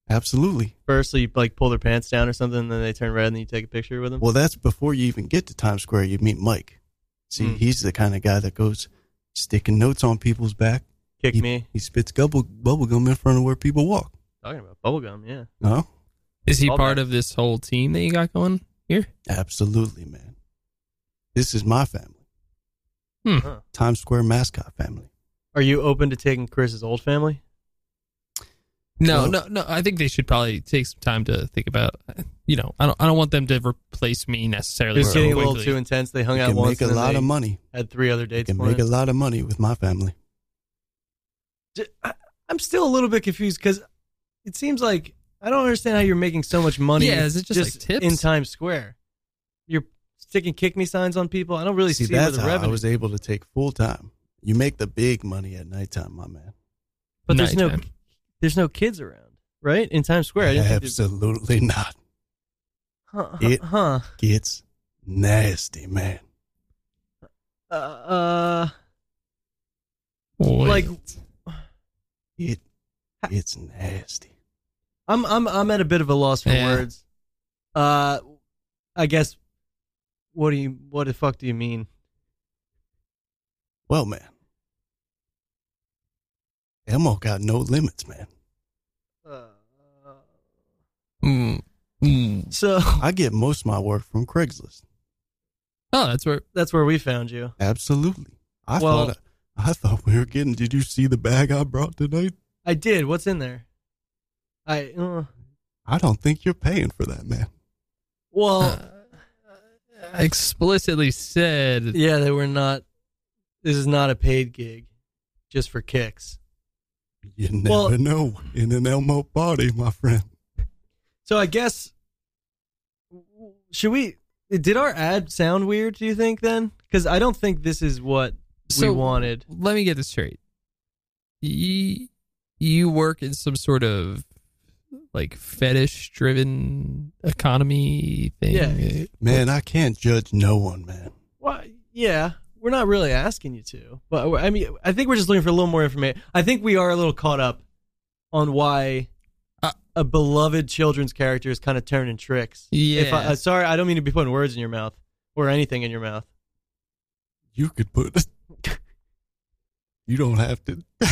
Speaker 7: absolutely.
Speaker 4: First, so you like pull their pants down or something, and then they turn red, and you take a picture with them.
Speaker 7: Well, that's before you even get to Times Square. You meet Mike. See,
Speaker 4: Mm.
Speaker 7: he's the kind of guy that goes sticking notes on people's back.
Speaker 4: Kick
Speaker 7: he,
Speaker 4: me.
Speaker 7: He spits bubble bubble gum in front of where people walk.
Speaker 4: Talking about bubblegum, yeah.
Speaker 7: No,
Speaker 2: Is he
Speaker 4: All
Speaker 2: part
Speaker 4: that.
Speaker 2: of this whole team that you got going here?
Speaker 7: absolutely, man. This is my family,
Speaker 4: Huh.
Speaker 7: Times Square mascot family.
Speaker 4: Are you open to taking Chris's old family?
Speaker 2: No,
Speaker 7: Well-
Speaker 2: no, no. I think they should probably take some time to think about. You know, I don't. I don't want them to replace me necessarily.
Speaker 4: It was
Speaker 2: so
Speaker 4: getting a little
Speaker 2: quickly.
Speaker 4: too intense. They hung
Speaker 7: You
Speaker 4: out
Speaker 7: can
Speaker 4: once.
Speaker 7: make a
Speaker 4: and then
Speaker 7: lot
Speaker 4: they
Speaker 7: of money.
Speaker 4: Had three other
Speaker 7: You
Speaker 4: dates.
Speaker 7: can
Speaker 4: planned.
Speaker 7: make a lot of money with my family.
Speaker 4: D- I- I'm still a little bit confused because it seems like I don't understand how you're making so much money.
Speaker 2: Yeah, is it just, like, tips?
Speaker 4: in Times Square? You're sticking kick me signs on people. I don't really see,
Speaker 7: See,
Speaker 4: where
Speaker 7: that's
Speaker 4: the
Speaker 7: how
Speaker 4: revenue.
Speaker 7: I was able to take full time. You make the big money at nighttime, my man.
Speaker 4: but there's no
Speaker 2: Nighttime.
Speaker 4: there's no kids around, right? In Times Square. I didn't think there'd-
Speaker 7: Absolutely not.
Speaker 4: huh?
Speaker 7: It-
Speaker 4: huh
Speaker 7: Gets nasty, man.
Speaker 4: uh, uh,
Speaker 2: Wait.
Speaker 4: like
Speaker 7: It it's nasty.
Speaker 4: I'm I'm I'm at a bit of a loss for
Speaker 2: Yeah.
Speaker 4: words. Uh, I guess. What do you? What the fuck do you mean?
Speaker 7: Well, man, Elmo got no limits, man.
Speaker 4: Uh,
Speaker 2: Mm, mm.
Speaker 4: so
Speaker 7: I get most of my work from Craigslist.
Speaker 2: Oh, that's where.
Speaker 4: that's where we found you.
Speaker 7: Absolutely. I
Speaker 4: Well-
Speaker 7: thought I thought we were getting. Did you see the bag I brought tonight?
Speaker 4: I did. What's in there? I uh,
Speaker 7: I don't think you're paying for that, man.
Speaker 4: well,
Speaker 2: I explicitly said
Speaker 4: yeah, they were not. This is not a paid gig, just for kicks.
Speaker 7: You never
Speaker 4: Well-
Speaker 7: know in an Elmo party, my friend.
Speaker 4: So I guess should we? Did our ad sound weird? Do you think then? Because I don't think this is what
Speaker 2: so
Speaker 4: we wanted.
Speaker 2: Let me get this straight. you, you work in some sort of like fetish driven economy thing.
Speaker 4: Yeah.
Speaker 7: Man, I can't judge no one, man.
Speaker 4: Well, yeah, we're not really asking you to, but we're- I mean, I think we're just looking for a little more information. I think we are a little caught up on why
Speaker 2: Uh,
Speaker 4: a beloved children's character is kind of turning tricks. If I,
Speaker 2: Yeah.
Speaker 4: uh, sorry, I don't mean to be putting words in your mouth or anything in your mouth.
Speaker 7: You could put. You don't have to.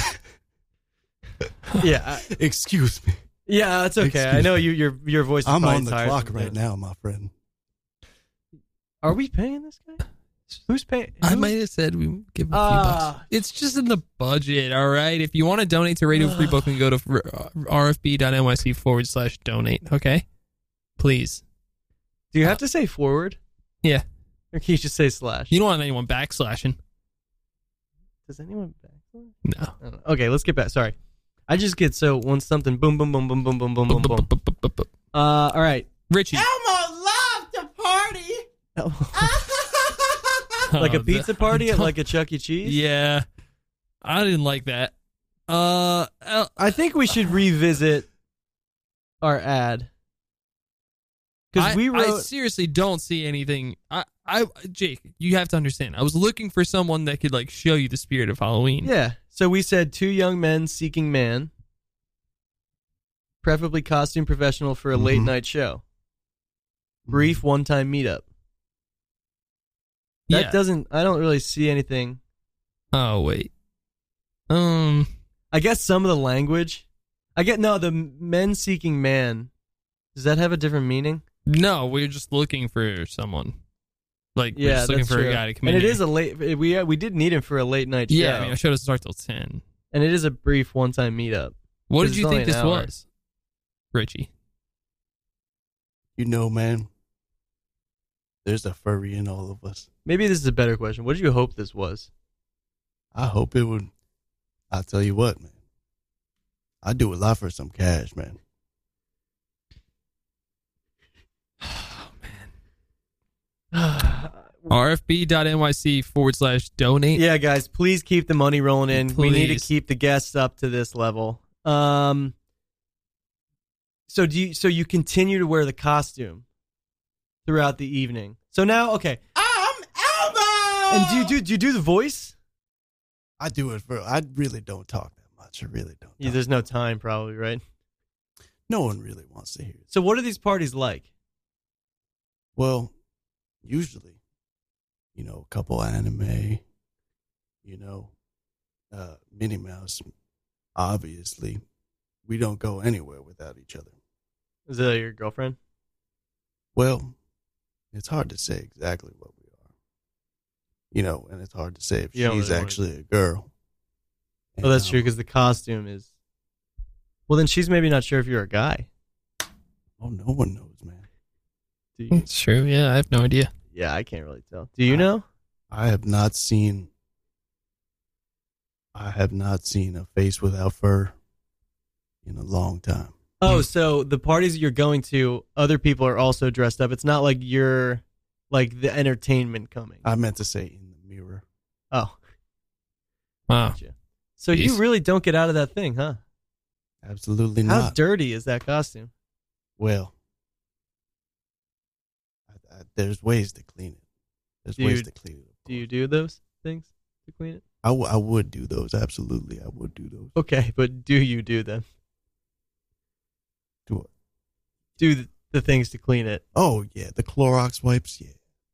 Speaker 4: Yeah, I-
Speaker 7: Excuse me.
Speaker 4: yeah, that's okay. I
Speaker 7: Excuse
Speaker 4: know you your your voice. Is
Speaker 7: I'm
Speaker 4: probably
Speaker 7: on the
Speaker 4: tired
Speaker 7: clock
Speaker 4: from
Speaker 7: right now, my friend.
Speaker 4: Are we paying this guy? Who's paying?
Speaker 2: I might have said we give him a few
Speaker 4: Ah.
Speaker 2: bucks. It's just in the budget, all right? If you want to donate to Radio Free Brooklyn, go to r- rfb.nyc forward slash donate, okay? Please.
Speaker 4: Do you have to say forward?
Speaker 2: Yeah.
Speaker 4: Or can you just say slash?
Speaker 2: You don't want anyone backslashing.
Speaker 4: Does anyone backslash?
Speaker 2: No.
Speaker 4: I don't know. Uh, Okay, let's get back. Sorry. I just get so once something boom boom boom boom boom boom boom boom boom. Uh, all right.
Speaker 2: Richie.
Speaker 6: Elmo loved to party.
Speaker 4: like a
Speaker 2: Oh, the-
Speaker 4: pizza party at like a Chuck E. Cheese.
Speaker 2: Yeah. I didn't like that. Uh, El-
Speaker 4: I think we should revisit our ad because
Speaker 2: I-
Speaker 4: we
Speaker 2: I
Speaker 4: wrote.
Speaker 2: seriously don't see anything. I, I, Jake, you have to understand. I was looking for someone that could like show you the spirit of Halloween.
Speaker 4: yeah. So we said two young men seeking man, preferably costume professional for a late
Speaker 2: Mm-hmm.
Speaker 7: Mhm.
Speaker 4: night show. Brief one time meetup. That
Speaker 2: Yeah.
Speaker 4: doesn't. I don't really see anything.
Speaker 2: Oh wait. Um.
Speaker 4: I guess some of the language. I get no the men seeking man. Does that have a different meaning?
Speaker 2: No, we are just looking for someone. Like we're
Speaker 4: yeah,
Speaker 2: just looking
Speaker 4: that's
Speaker 2: for
Speaker 4: true.
Speaker 2: a guy to come
Speaker 4: and
Speaker 2: in.
Speaker 4: it
Speaker 2: here.
Speaker 4: is a late. We we did need him for a late night show.
Speaker 2: yeah. I mean, our show doesn't start till ten.
Speaker 4: and it is a brief one time meetup.
Speaker 2: What
Speaker 4: It's
Speaker 2: did you
Speaker 4: only
Speaker 2: think
Speaker 4: an
Speaker 2: this
Speaker 4: hour.
Speaker 2: was, Richie?
Speaker 7: You know, man. There's a furry in all of us.
Speaker 4: Maybe this is a better question. What did you hope this was?
Speaker 7: I hope it would. I'll tell you what, man. I do a lot for some cash, man.
Speaker 2: RFB.nyc forward slash donate.
Speaker 4: Yeah, guys, please keep the money rolling in. We need to
Speaker 2: Please.
Speaker 4: keep the guests up to this level. Um. So do you? So you continue to wear the costume throughout the evening. So now, okay.
Speaker 6: I'm Elmo.
Speaker 4: And do you do? Do you do the voice?
Speaker 7: I do it for. I really don't talk that much. I really don't.
Speaker 4: Yeah,
Speaker 7: talk.
Speaker 4: there's no time, probably, right?
Speaker 7: no one really wants to hear it.
Speaker 4: So, what are these parties like?
Speaker 7: Well, usually, you know, a couple anime, you know, uh, Minnie Mouse. Obviously, we don't go anywhere without each other.
Speaker 4: Is that your girlfriend?
Speaker 7: Well, it's hard to say exactly what we are, you know, and it's hard to say if
Speaker 4: You don't
Speaker 7: she's
Speaker 4: really wanna-
Speaker 7: actually a girl.
Speaker 4: Oh, that's
Speaker 7: And,
Speaker 4: true
Speaker 7: um,
Speaker 4: because the costume is. Well, then she's maybe not sure if you're a guy.
Speaker 7: Oh, no one knows, man.
Speaker 4: Do you?
Speaker 2: It's true. Yeah, I have no idea.
Speaker 4: Yeah, I can't really tell. Do you
Speaker 7: Uh,
Speaker 4: know?
Speaker 7: I have not seen. I have not seen a face without fur in a long time.
Speaker 4: Oh, so the parties that you're going to, other people are also dressed up. It's not like you're like the entertainment coming.
Speaker 7: I meant to say in the mirror.
Speaker 4: oh,
Speaker 2: Wow.
Speaker 4: gotcha. So you
Speaker 2: Jeez.
Speaker 4: really don't get out of that thing, huh?
Speaker 7: Absolutely
Speaker 4: How
Speaker 7: not.
Speaker 4: dirty is that costume?
Speaker 7: well, I, I, there's ways to clean it. There's
Speaker 4: Do
Speaker 7: ways
Speaker 4: you-
Speaker 7: to clean it.
Speaker 4: Do you do those things to clean it?
Speaker 7: I, w- I would do those. Absolutely, I would do those.
Speaker 4: Okay, but do you do them?
Speaker 7: Do what?
Speaker 4: Do the, the things to clean it?
Speaker 7: Oh yeah, the Clorox wipes. Yeah,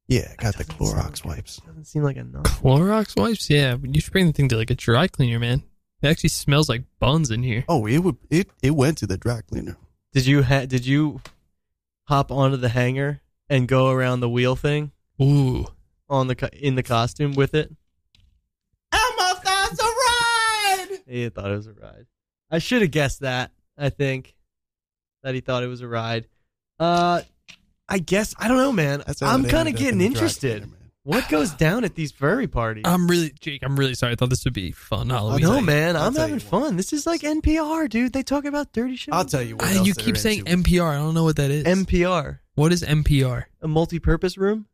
Speaker 7: yeah, I got the
Speaker 4: Doesn't sound like-
Speaker 7: Clorox wipes.
Speaker 4: Doesn't seem like enough.
Speaker 2: Clorox wipes. Yeah, you should bring the thing to like a dry cleaner, man. It actually smells like buns in here.
Speaker 7: Oh, it would. It it went to the dry cleaner.
Speaker 4: Did you ha- did you hop onto the hanger and go around the wheel thing
Speaker 2: Ooh.
Speaker 4: on the co- in the costume with it?
Speaker 6: Elmo starts a ride.
Speaker 4: He thought it was a ride. I should have guessed that. I think that he thought it was a ride. Uh, I guess I don't know, man.
Speaker 7: That's how
Speaker 4: I'm
Speaker 7: it
Speaker 4: kind of
Speaker 7: ended up in
Speaker 4: getting
Speaker 7: the dry
Speaker 4: interested.
Speaker 7: cleaner, man.
Speaker 4: What goes down at these furry parties?
Speaker 2: I'm really Jake. I'm really sorry. I thought this would be fun
Speaker 4: I
Speaker 2: Halloween.
Speaker 4: know,
Speaker 7: tell you-
Speaker 4: man.
Speaker 7: I'll
Speaker 4: I'm
Speaker 7: tell
Speaker 4: having
Speaker 7: you what.
Speaker 4: fun. This is like NPR, dude. They talk about dirty shit.
Speaker 7: I'll tell you what.
Speaker 2: I-
Speaker 7: else
Speaker 2: you
Speaker 7: they're
Speaker 2: keep saying
Speaker 7: into.
Speaker 2: NPR. I don't know what that is.
Speaker 4: NPR,
Speaker 2: what is NPR?
Speaker 4: a multi-purpose room.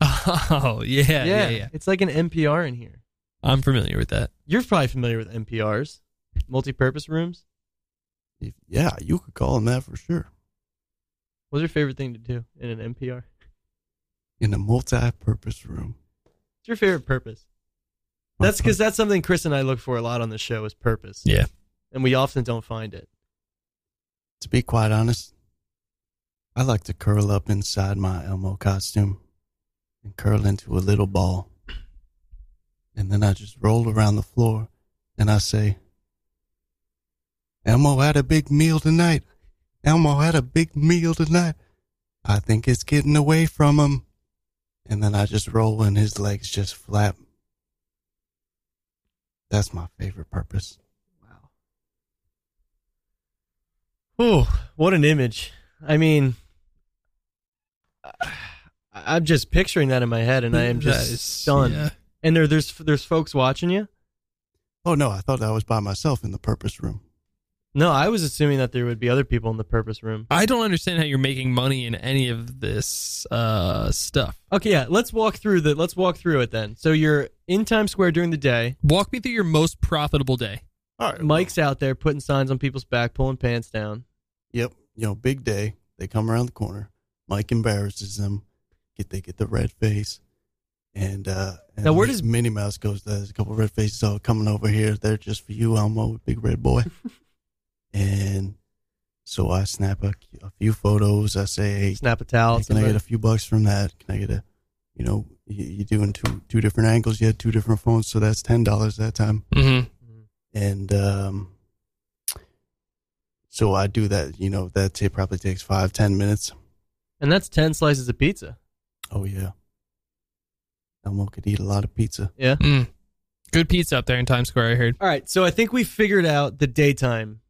Speaker 2: Oh yeah, yeah, yeah.
Speaker 4: it's like an NPR in here.
Speaker 2: I'm familiar with that.
Speaker 4: You're probably familiar with NPRs. Multi-purpose rooms.
Speaker 7: If, yeah, you could call them that for sure.
Speaker 4: What's your favorite thing to do in an NPR? What's
Speaker 7: In a multi-purpose room.
Speaker 4: your favorite purpose? That's because that's something Chris and I look for a lot on the show is purpose.
Speaker 2: Yeah.
Speaker 4: And we often don't find it.
Speaker 7: To be quite honest, I like to curl up inside my Elmo costume and curl into a little ball. And then I just roll around the floor and I say, Elmo had a big meal tonight. Elmo had a big meal tonight. I think it's getting away from him. And then I just roll and his legs just flap. That's my favorite purpose.
Speaker 4: Whew, what an image. I mean, I, I'm just picturing that in my head and I am just
Speaker 2: That is-
Speaker 4: stunned.
Speaker 2: yeah.
Speaker 4: And there, there's there's folks watching you.
Speaker 7: Oh no, I thought I was by myself in the purpose room.
Speaker 4: No, I was assuming that there would be other people in the purpose room.
Speaker 2: I don't understand how you're making money in any of this uh, stuff.
Speaker 4: Okay, yeah, let's walk through the let's walk through it then. So you're in Times Square during the day.
Speaker 2: Walk me through your most profitable day.
Speaker 7: All right.
Speaker 4: Mike's out there putting signs on people's back, pulling pants down.
Speaker 7: Yep. You know, big day. They come around the corner. Mike embarrasses them. Get they get the red face. And uh and
Speaker 4: Now, where does-
Speaker 7: Minnie Mouse goes? There's a couple red faces all coming over here. They're just for you, Elmo, big red boy. and so I snap a, a few photos. I say, hey,
Speaker 4: Snap a towel.
Speaker 7: can I get
Speaker 4: somebody-
Speaker 7: a few bucks from that? Can I get a, you know, you, you're doing two two different angles. You had two different phones, so that's ten dollars that time
Speaker 2: Mm-hmm.
Speaker 7: and um, so I do that. You know, that it probably takes five, ten minutes.
Speaker 4: and that's ten slices of pizza.
Speaker 7: Oh yeah, Elmo could eat a lot of pizza.
Speaker 4: Yeah.
Speaker 2: Mm. Good pizza up there in Times Square, I heard.
Speaker 4: All right, so I think we figured out the daytime,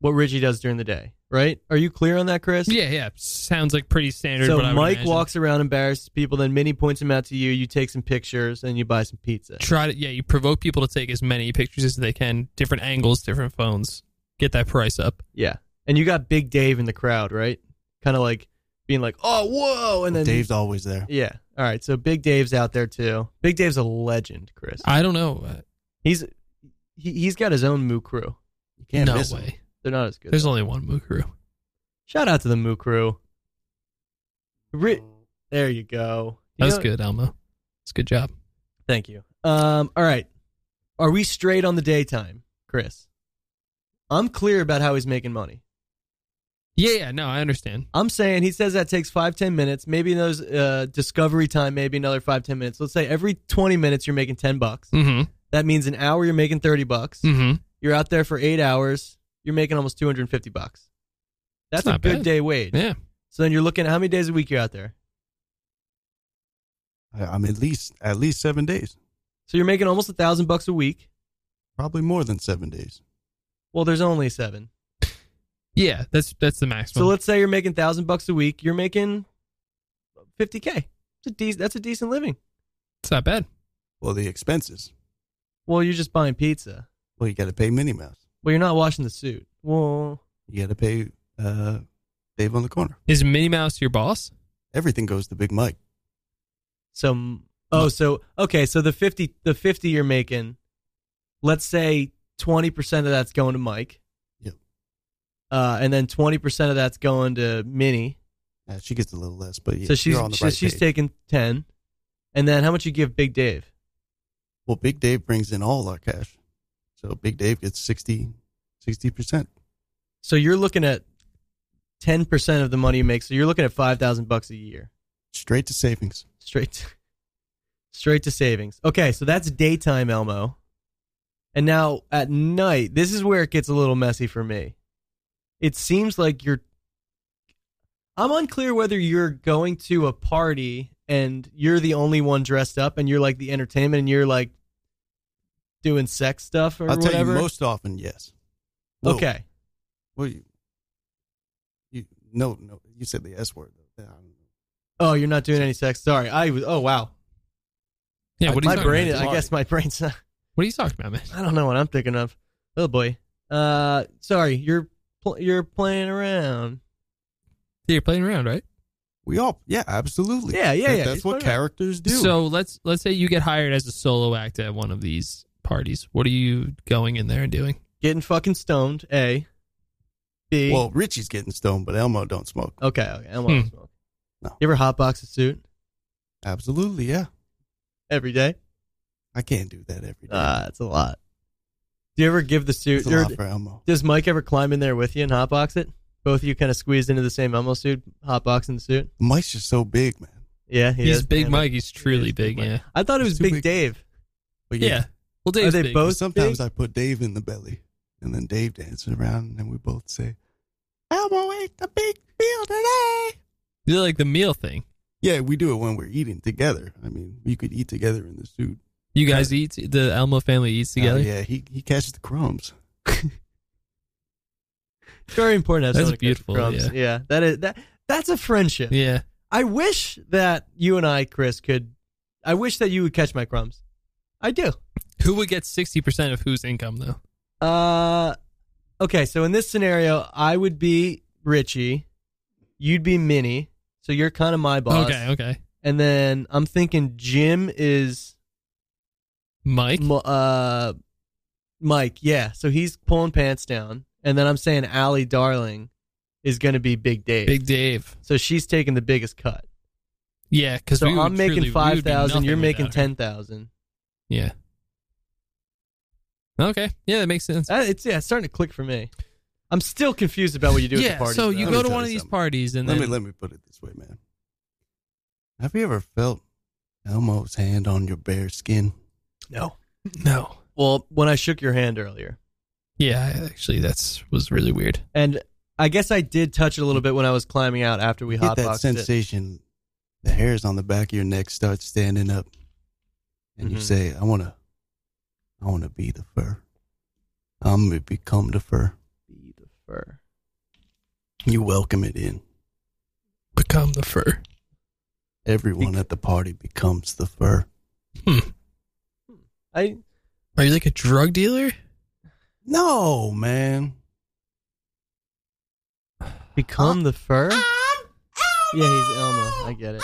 Speaker 4: what Richie does during the day, right? Are you clear on that, Chris?
Speaker 2: Yeah, yeah. Sounds like pretty standard.
Speaker 4: So
Speaker 2: what I would
Speaker 4: Mike
Speaker 2: imagine.
Speaker 4: walks around, embarrasses people, then Minnie points him out to you. You take some pictures, and you buy some pizza.
Speaker 2: Try to, yeah, you provoke people to take as many pictures as they can, different angles, different phones. Get that price up.
Speaker 4: Yeah, and you got Big Dave in the crowd, right? Kind of like being like, "Oh, whoa!" And then
Speaker 7: Dave's always there.
Speaker 4: yeah. All right, so Big Dave's out there too. Big Dave's a legend, Chris.
Speaker 2: I don't know. Uh,
Speaker 4: He's he, he's got his own Moo crew.
Speaker 7: You can't
Speaker 2: no
Speaker 7: miss him.
Speaker 2: way.
Speaker 4: They're not as good.
Speaker 2: There's
Speaker 4: though.
Speaker 2: only one Moo crew.
Speaker 4: Shout out to the Moo crew. Ri- there you go. You
Speaker 2: That was
Speaker 4: know-
Speaker 2: good, Elmo. It's a good job.
Speaker 4: Thank you. Um, all right. Are we straight on the daytime, Chris? I'm clear about how he's making money.
Speaker 2: Yeah, yeah. No, I understand.
Speaker 4: I'm saying he says that takes five, ten minutes. Maybe those uh, discovery time, maybe another five, ten minutes. Let's say every 20 minutes you're making 10 bucks.
Speaker 2: Mm-hmm.
Speaker 4: That means an hour you're making 30 bucks.
Speaker 2: Mm-hmm.
Speaker 4: You're out there for eight hours. You're making almost 250 bucks. That's,
Speaker 2: That's
Speaker 4: a
Speaker 2: not
Speaker 4: good
Speaker 2: bad.
Speaker 4: day wage.
Speaker 2: Yeah.
Speaker 4: So then you're looking at how many days a week you're out there.
Speaker 7: I, I'm at least at least seven days,
Speaker 4: So you're making almost a thousand bucks a week.
Speaker 7: probably more than seven days.
Speaker 4: Well, there's only seven.
Speaker 2: Yeah, that's that's the maximum.
Speaker 4: So let's say you're making thousand bucks a week. You're making fifty k. It's a dec- That's a decent living.
Speaker 2: it's not bad.
Speaker 7: Well, the expenses.
Speaker 4: Well, you're just buying pizza.
Speaker 7: Well, you got to pay Minnie Mouse.
Speaker 4: Well, you're not washing the suit. Well,
Speaker 7: You got to pay uh, Dave on the corner.
Speaker 2: Is Minnie Mouse your boss?
Speaker 7: Everything goes to Big Mike.
Speaker 4: so m- oh, so okay. So the fifty, the fifty you're making, let's say twenty percent of that's going to Mike.
Speaker 7: Yep.
Speaker 4: Uh, and then twenty percent of that's going to Minnie.
Speaker 7: Uh, she gets a little less, but yeah,
Speaker 4: so she's
Speaker 7: you're on the
Speaker 4: so
Speaker 7: right
Speaker 4: she's
Speaker 7: page.
Speaker 4: taking ten. And then how much you give Big Dave?
Speaker 7: Well, Big Dave brings in all our cash. So Big Dave gets 60, 60%.
Speaker 4: So you're looking at ten percent of the money you make. So you're looking at five thousand bucks a year.
Speaker 7: straight to savings.
Speaker 4: straight to, straight to savings. Okay, so that's daytime Elmo. And now at night, this is where it gets a little messy for me. It seems like you're I'm unclear whether you're going to a party and you're the only one dressed up and you're like the entertainment and you're like doing sex stuff or
Speaker 7: I'll tell
Speaker 4: whatever.
Speaker 7: you most often, yes. Whoa,
Speaker 4: okay.
Speaker 7: Well, you, you, no, no, you said the S word. though. Yeah, I don't know.
Speaker 4: Oh, you're not doing any sex. Sorry. I was oh wow.
Speaker 2: Yeah. What are you
Speaker 4: my
Speaker 2: talking
Speaker 4: brain
Speaker 2: about?
Speaker 4: is, I guess my brain's not
Speaker 2: What are you talking about, man?
Speaker 4: I don't know what I'm thinking of. Oh boy. Uh, sorry, you're pl- you're playing around.
Speaker 2: You're playing around, right?
Speaker 7: We all, yeah, absolutely.
Speaker 4: Yeah, yeah,
Speaker 7: That-
Speaker 4: yeah,
Speaker 7: That's
Speaker 4: he's
Speaker 7: what
Speaker 4: playing around.
Speaker 7: characters do.
Speaker 2: So let's let's say you get hired as a solo act at one of these parties. What are you going in there and doing?
Speaker 4: Getting fucking stoned. A. B.
Speaker 7: Well, Richie's getting stoned, but Elmo don't smoke.
Speaker 4: Okay. Okay. I want
Speaker 2: Hmm.
Speaker 4: to smoke.
Speaker 7: No.
Speaker 4: You ever hotbox a suit
Speaker 7: Absolutely, yeah.
Speaker 4: every day?
Speaker 7: I can't do that every day.
Speaker 4: Ah, that's a lot. Do you ever give the suit?
Speaker 7: It's a
Speaker 4: or
Speaker 7: lot for Elmo.
Speaker 4: does Mike ever climb in there with you and hotbox it? Both of you kind of squeezed into the same Elmo suit, hotboxing the suit.
Speaker 7: Mike's just so big, man.
Speaker 4: Yeah, he
Speaker 2: He's
Speaker 4: is,
Speaker 2: Big
Speaker 4: man.
Speaker 2: Mike. He's
Speaker 4: He is
Speaker 2: truly big.
Speaker 4: Mike.
Speaker 2: yeah.
Speaker 4: I thought it
Speaker 7: He's
Speaker 4: was
Speaker 7: too
Speaker 4: Big
Speaker 7: big.
Speaker 4: Dave.
Speaker 7: But
Speaker 2: yeah, Well, Dave's
Speaker 4: they
Speaker 2: big.
Speaker 4: both-
Speaker 7: But sometimes
Speaker 4: big?
Speaker 7: I put Dave in the belly, and then Dave dances around, and then we both say, "Elmo ate the big meal today."
Speaker 2: They're like the meal thing.
Speaker 7: Yeah, we do it when we're eating together. I mean, you could eat together in the suit.
Speaker 2: You guys eat the Elmo family eats
Speaker 4: Oh,
Speaker 2: together.
Speaker 7: Uh, yeah, he he catches the crumbs.
Speaker 4: It's very important. to have
Speaker 2: That's
Speaker 4: someone to catch
Speaker 2: beautiful,
Speaker 4: the crumbs. Yeah. that is that. That's a friendship.
Speaker 2: Yeah.
Speaker 4: I wish that you and I, Chris, could. I wish that you would catch my crumbs. I do.
Speaker 2: Who would get sixty percent of whose income though?
Speaker 4: Uh, okay. So in this scenario, I would be Richie. You'd be Minnie. So you're kind of my boss.
Speaker 2: Okay. Okay.
Speaker 4: And then I'm thinking Jim is
Speaker 2: Mike.
Speaker 4: Mo- uh, Mike. Yeah. So he's pulling pants down. And then I'm saying Allie Darling is going to be Big Dave.
Speaker 2: Big Dave.
Speaker 4: so she's taking the biggest cut.
Speaker 2: Yeah, because
Speaker 4: So I'm making five thousand. You're making ten thousand.
Speaker 2: Yeah. Okay. Uh, Yeah, that makes sense.
Speaker 4: It's yeah, it's starting to click for me. I'm still confused about what you do at
Speaker 2: yeah.
Speaker 4: the party.
Speaker 2: so you
Speaker 7: Let
Speaker 2: go
Speaker 7: me
Speaker 2: to
Speaker 7: tell
Speaker 2: one
Speaker 7: you
Speaker 2: of these
Speaker 7: something.
Speaker 2: parties and
Speaker 7: let
Speaker 2: then
Speaker 7: me let me put it this way, man. Have you ever felt Elmo's hand on your bare skin?
Speaker 4: no.
Speaker 2: no.
Speaker 4: Well, when I shook your hand earlier,
Speaker 2: Yeah, I- actually, that's was really weird.
Speaker 4: and I guess I did touch it a little bit when I was climbing out after we
Speaker 7: Get
Speaker 4: hot
Speaker 7: that
Speaker 4: boxed it.
Speaker 7: sensation. The hairs on the back of your neck start standing up, and you
Speaker 4: Mhm.
Speaker 7: say, "I wanna, I wanna be the fur. I'm gonna become the fur."
Speaker 4: Be the fur.
Speaker 7: You welcome it in.
Speaker 2: Become the fur.
Speaker 7: Everyone at the party becomes the fur.
Speaker 4: I
Speaker 2: Hmm. Are you like a drug dealer?
Speaker 7: No, man.
Speaker 4: become the fur. Yeah, he's Elmo. I get it.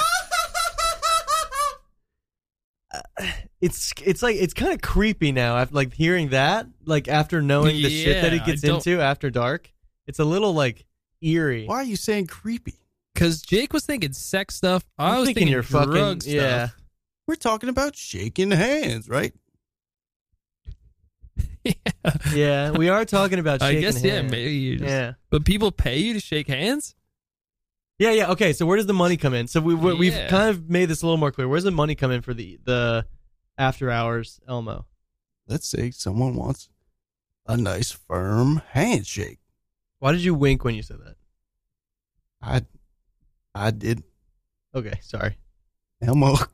Speaker 4: It's it's like it's kind of creepy now. After like hearing that, like after knowing the shit that he
Speaker 2: Yeah, I
Speaker 4: gets
Speaker 2: don't-
Speaker 4: into after dark, it's a little like eerie.
Speaker 7: Why are you saying creepy?
Speaker 2: Because Jake was thinking sex stuff. I
Speaker 4: I'm
Speaker 2: was
Speaker 4: thinking
Speaker 2: thinking,
Speaker 4: you're fucking-
Speaker 2: drug stuff.
Speaker 4: yeah.
Speaker 7: We're talking about shaking hands, right?
Speaker 4: Yeah, we are talking about.
Speaker 2: I
Speaker 4: Shaking
Speaker 2: guess yeah,
Speaker 4: hands.
Speaker 2: maybe. You just,
Speaker 4: Yeah.
Speaker 2: But people pay you to shake hands.
Speaker 4: Yeah, yeah. Okay, so where does the money come in? So we, we we've
Speaker 2: Yeah.
Speaker 4: kind of made this a little more clear. Where's the money come in for the the after hours Elmo?
Speaker 7: Let's say someone wants a nice firm handshake.
Speaker 4: Why did you wink when you said that?
Speaker 7: I I did
Speaker 4: Okay, sorry.
Speaker 7: Elmo.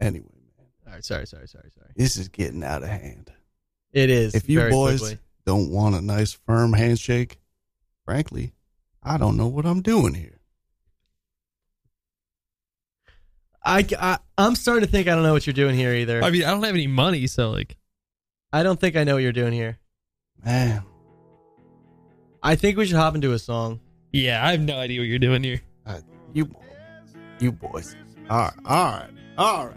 Speaker 7: Anyway, man,
Speaker 4: All right, sorry, sorry, sorry, sorry.
Speaker 7: this is getting out of hand.
Speaker 4: It is.
Speaker 7: if you
Speaker 4: very
Speaker 7: boys
Speaker 4: quickly.
Speaker 7: don't want a nice firm handshake, frankly, I don't know what I'm doing here.
Speaker 4: I, I I'm starting to think I don't know what you're doing here either.
Speaker 2: I mean, I don't have any money, so like,
Speaker 4: I don't think I know what you're doing here.
Speaker 7: Man,
Speaker 4: I think we should hop into a song.
Speaker 2: yeah, I have no idea what you're doing here.
Speaker 7: I, you, you boys. All right, all right, all right.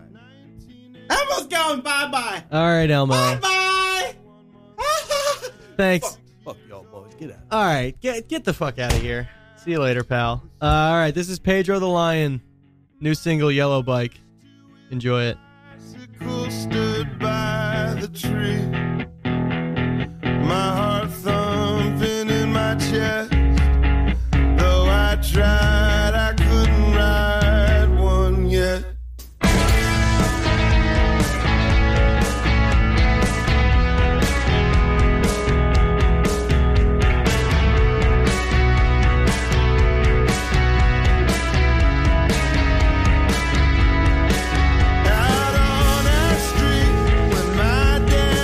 Speaker 6: Elmo's going bye bye.
Speaker 4: All right,
Speaker 6: Bye
Speaker 4: Elmo.
Speaker 6: bye.
Speaker 4: Thanks.
Speaker 7: Fuck y'all boys, get out.
Speaker 4: All right, get get the fuck out of here. See you later, pal. Uh, all right, this is Pedro the Lion, new single Yellow Bike. Enjoy it.
Speaker 8: bicycle stood by the tree. My heart thumping in my chest. Though I tried, I couldn't ride one yet. Out on our street, when my dad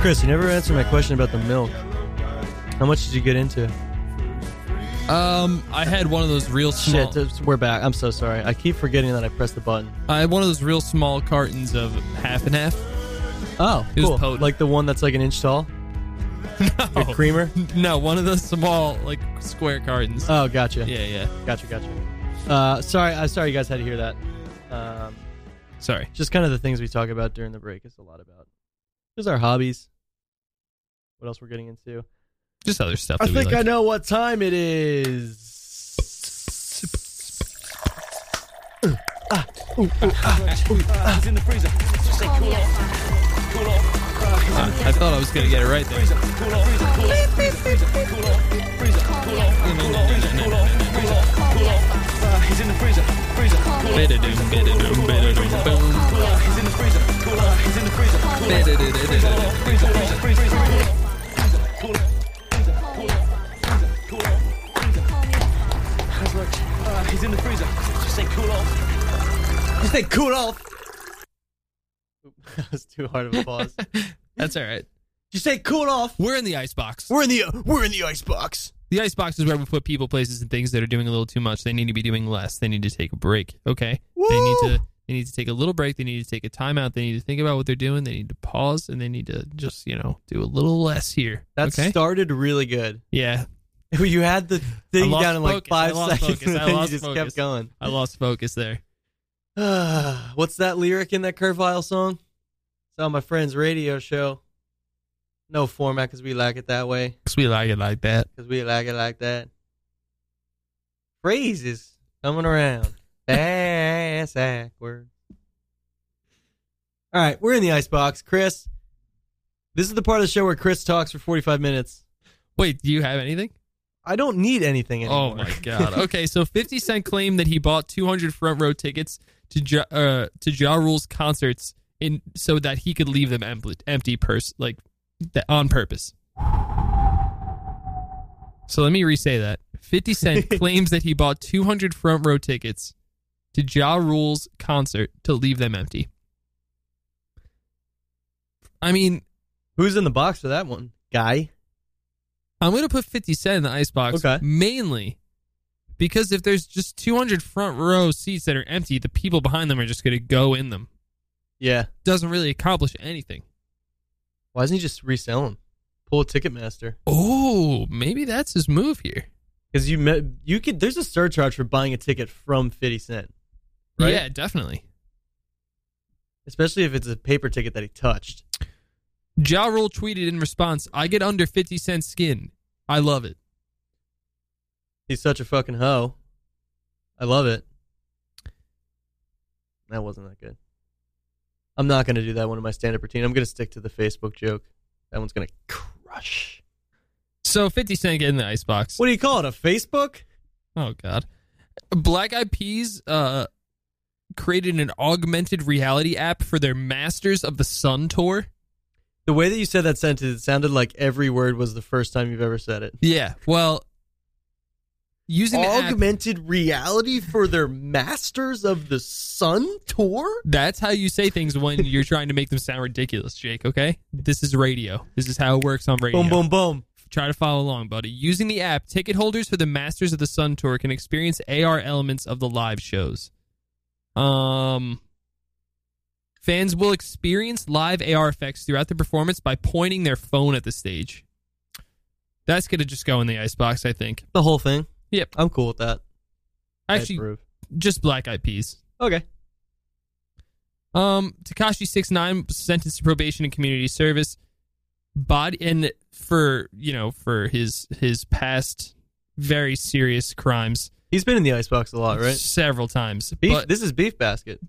Speaker 4: Chris, you never answered my question about the milk. How much did you get into?
Speaker 2: Um, I had one of those real small.
Speaker 4: Shit, it's- we're back. I'm so sorry. I keep forgetting that I pressed the button.
Speaker 2: I had one of those real small cartons of half and half.
Speaker 4: Oh,
Speaker 2: It was
Speaker 4: cool.
Speaker 2: potent.
Speaker 4: Like the one that's like an inch tall.
Speaker 2: No.
Speaker 4: Your creamer.
Speaker 2: No, one of those small like square cartons.
Speaker 4: Oh, gotcha.
Speaker 2: yeah, yeah.
Speaker 4: Gotcha. Gotcha. Uh, sorry. I'm sorry you guys had to hear that. Um,
Speaker 2: Sorry.
Speaker 4: just kind of the things we talk about during the break. It's a lot about just our hobbies. What else we're getting into?
Speaker 2: Just other stuff.
Speaker 4: I
Speaker 2: that we
Speaker 4: think
Speaker 2: like.
Speaker 4: I know what time it is.
Speaker 2: Uh, I thought I was gonna get it right there. Ba-da-doom, ba-da-doom, ba-da-doom, boom. Ba-da-da-da-da-da.
Speaker 4: Just say cool off. that was too hard of a pause.
Speaker 2: That's all right.
Speaker 4: Just say cool off.
Speaker 2: We're in the icebox.
Speaker 7: We're in the we're in the icebox.
Speaker 2: The icebox is where we put people, places, and things that are doing a little too much. They need to be doing less. They need to take a break. Okay. They need to they need to take a little break. They need to take a timeout. They need to think about what they're doing. They need to pause and they need to just, you know, do a little less here.
Speaker 4: That
Speaker 2: okay.
Speaker 4: started really good.
Speaker 2: yeah.
Speaker 4: You had the thing
Speaker 2: lost
Speaker 4: down in like
Speaker 2: focus. I
Speaker 4: five
Speaker 2: lost
Speaker 4: seconds,
Speaker 2: focus.
Speaker 4: and
Speaker 2: I
Speaker 4: then
Speaker 2: lost
Speaker 4: you just
Speaker 2: focus.
Speaker 4: kept going.
Speaker 2: I lost focus there.
Speaker 4: What's that lyric in that Curvile song? It's on my friend's radio show. No format because we like it that way.
Speaker 2: Cause we like it like that.
Speaker 4: Because we like it like that. Phrases coming around. Fast backward. All right, we're in the icebox. Chris, this is the part of the show where Chris talks for 45 minutes.
Speaker 2: Wait, do you have anything?
Speaker 4: I don't need anything anymore.
Speaker 2: Oh my god. Okay, so 50 Cent claimed that he bought 200 front row tickets to ja, uh, to Ja Rule's concerts in so that he could leave them empty, empty purse like that on purpose. So let me re-say that. 50 Cent claims that he bought 200 front row tickets to Ja Rule's concert to leave them empty. I mean,
Speaker 4: Who's in the box for that one? Guy.
Speaker 2: I'm going to put 50 Cent in the icebox
Speaker 4: Okay.
Speaker 2: mainly because if there's just 200 front row seats that are empty, the people behind them are just going to go in them.
Speaker 4: Yeah.
Speaker 2: Doesn't really accomplish anything.
Speaker 4: Why doesn't he just resell them? Pull a Ticketmaster.
Speaker 2: Oh, maybe that's his move here.
Speaker 4: Because you me- you could there's a surcharge for buying a ticket from 50 Cent, Right?
Speaker 2: Yeah, definitely.
Speaker 4: especially if it's a paper ticket that he touched.
Speaker 2: Ja Rule tweeted in response, I get under 50 Cent skin. I love it.
Speaker 4: He's such a fucking hoe. I love it. That wasn't that good. I'm not gonna do that one in my stand-up routine. I'm gonna stick to the Facebook joke. That one's gonna crush.
Speaker 2: So 50 Cent get in the icebox.
Speaker 4: What do you call it? A Facebook?
Speaker 2: Oh God, Black Eyed Peas uh, created an augmented reality app for their Masters of the Sun tour.
Speaker 4: The way that you said that sentence, it sounded like every word was the first time you've ever said it.
Speaker 2: Yeah, well, using the app,
Speaker 4: Augmented reality for their Masters of the Sun tour?
Speaker 2: that's how you say things when you're trying to make them sound ridiculous, Jake. Okay, this is radio. This is how it works on radio.
Speaker 4: Boom, boom, boom.
Speaker 2: Try to follow along, buddy. Using the app, ticket holders for the Masters of the Sun tour can experience AR elements of the live shows. Um, fans will experience live AR effects throughout the performance by pointing their phone at the stage. That's gonna just go in the icebox, I think.
Speaker 4: The whole thing.
Speaker 2: Yep.
Speaker 4: I'm cool with that. I
Speaker 2: Actually,
Speaker 4: approve.
Speaker 2: just Black Eyed Peas.
Speaker 4: okay.
Speaker 2: Um, Takashi six nine sentenced to probation and community service. Body and for you know for his his past very serious crimes.
Speaker 4: He's been in the icebox a lot, right?
Speaker 2: Several times.
Speaker 4: Beef,
Speaker 2: but
Speaker 4: this is Beef Basket.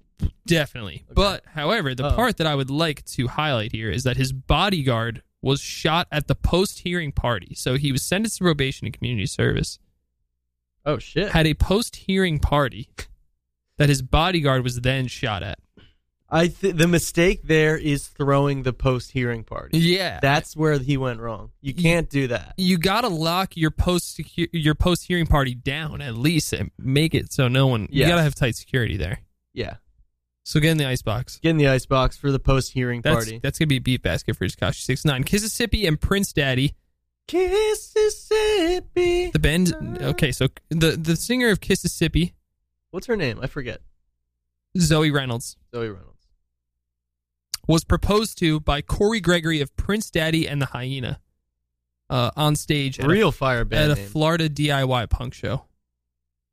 Speaker 2: definitely.
Speaker 4: Okay.
Speaker 2: But however, the
Speaker 4: Uh-oh.
Speaker 2: part that I would like to highlight here is that his bodyguard was shot at the post hearing party. So he was sentenced to probation and community service.
Speaker 4: Oh shit.
Speaker 2: Had a post hearing party that his bodyguard was then shot at.
Speaker 4: I th- the mistake there is throwing the post hearing party.
Speaker 2: Yeah.
Speaker 4: That's where he went wrong. You can't do that.
Speaker 2: you gotta lock your post secu- your post hearing party down at least and make it so no one you
Speaker 4: Yes.
Speaker 2: gotta have tight security there.
Speaker 4: Yeah.
Speaker 2: So get in the icebox.
Speaker 4: Get in the icebox for the post hearing
Speaker 2: That's,
Speaker 4: party.
Speaker 2: that's gonna be a beat basket for Takashi Six Nine, Kississippi, and Prince Daddy.
Speaker 4: Kississippi.
Speaker 2: The band. Okay, so the the singer of Kississippi,
Speaker 4: What's her name? I forget.
Speaker 2: Zoe Reynolds,
Speaker 4: Zoe Reynolds.
Speaker 2: was proposed to by Corey Gregory of Prince Daddy and the Hyena, uh, on stage at,
Speaker 4: Real fire
Speaker 2: a, at
Speaker 4: band
Speaker 2: a
Speaker 4: name.
Speaker 2: Florida DIY punk show.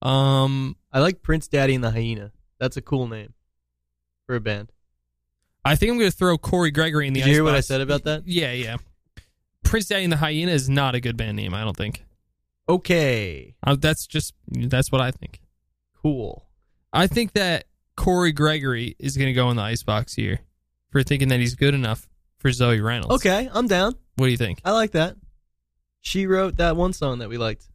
Speaker 2: Um,
Speaker 4: I like Prince Daddy and the Hyena. That's a cool name for a band.
Speaker 2: I think I'm gonna throw Corey Gregory in the.
Speaker 4: Did you hear what I
Speaker 2: icebox.
Speaker 4: said about that?
Speaker 2: Yeah, yeah. Prince Daddy and the Hyena is not a good band name. I don't think.
Speaker 4: Okay.
Speaker 2: Uh, that's just that's what I think.
Speaker 4: Cool.
Speaker 2: I think that Corey Gregory is going to go in the icebox here for thinking that he's good enough for Zoe Reynolds.
Speaker 4: Okay, I'm down.
Speaker 2: What do you think?
Speaker 4: I like that. She wrote that one song that we liked.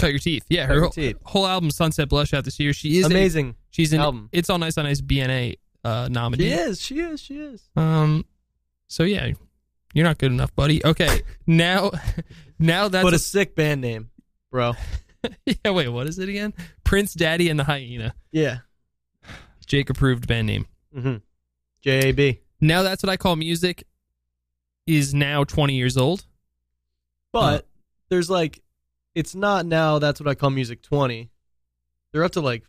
Speaker 2: Cut your teeth. Yeah,
Speaker 4: Cut
Speaker 2: her
Speaker 4: Your
Speaker 2: whole,
Speaker 4: Teeth.
Speaker 2: whole album Sunset Blush out this year. She is a-
Speaker 4: Amazing.
Speaker 2: she's an
Speaker 4: album.
Speaker 2: It's all nice on ice BNA uh, nominee.
Speaker 4: She is. She is. She is.
Speaker 2: Um. So yeah, you're not good enough, buddy. Okay, now, now that's
Speaker 4: What a sick band name, bro.
Speaker 2: yeah. Wait, what is it again? Prince Daddy and the Hyena.
Speaker 4: Yeah.
Speaker 2: Jake approved band name.
Speaker 4: Mm-hmm. JAB.
Speaker 2: Now that's what I call music. Is now 20 years old.
Speaker 4: But there's like, it's not now. That's what I call music 20. They're up to like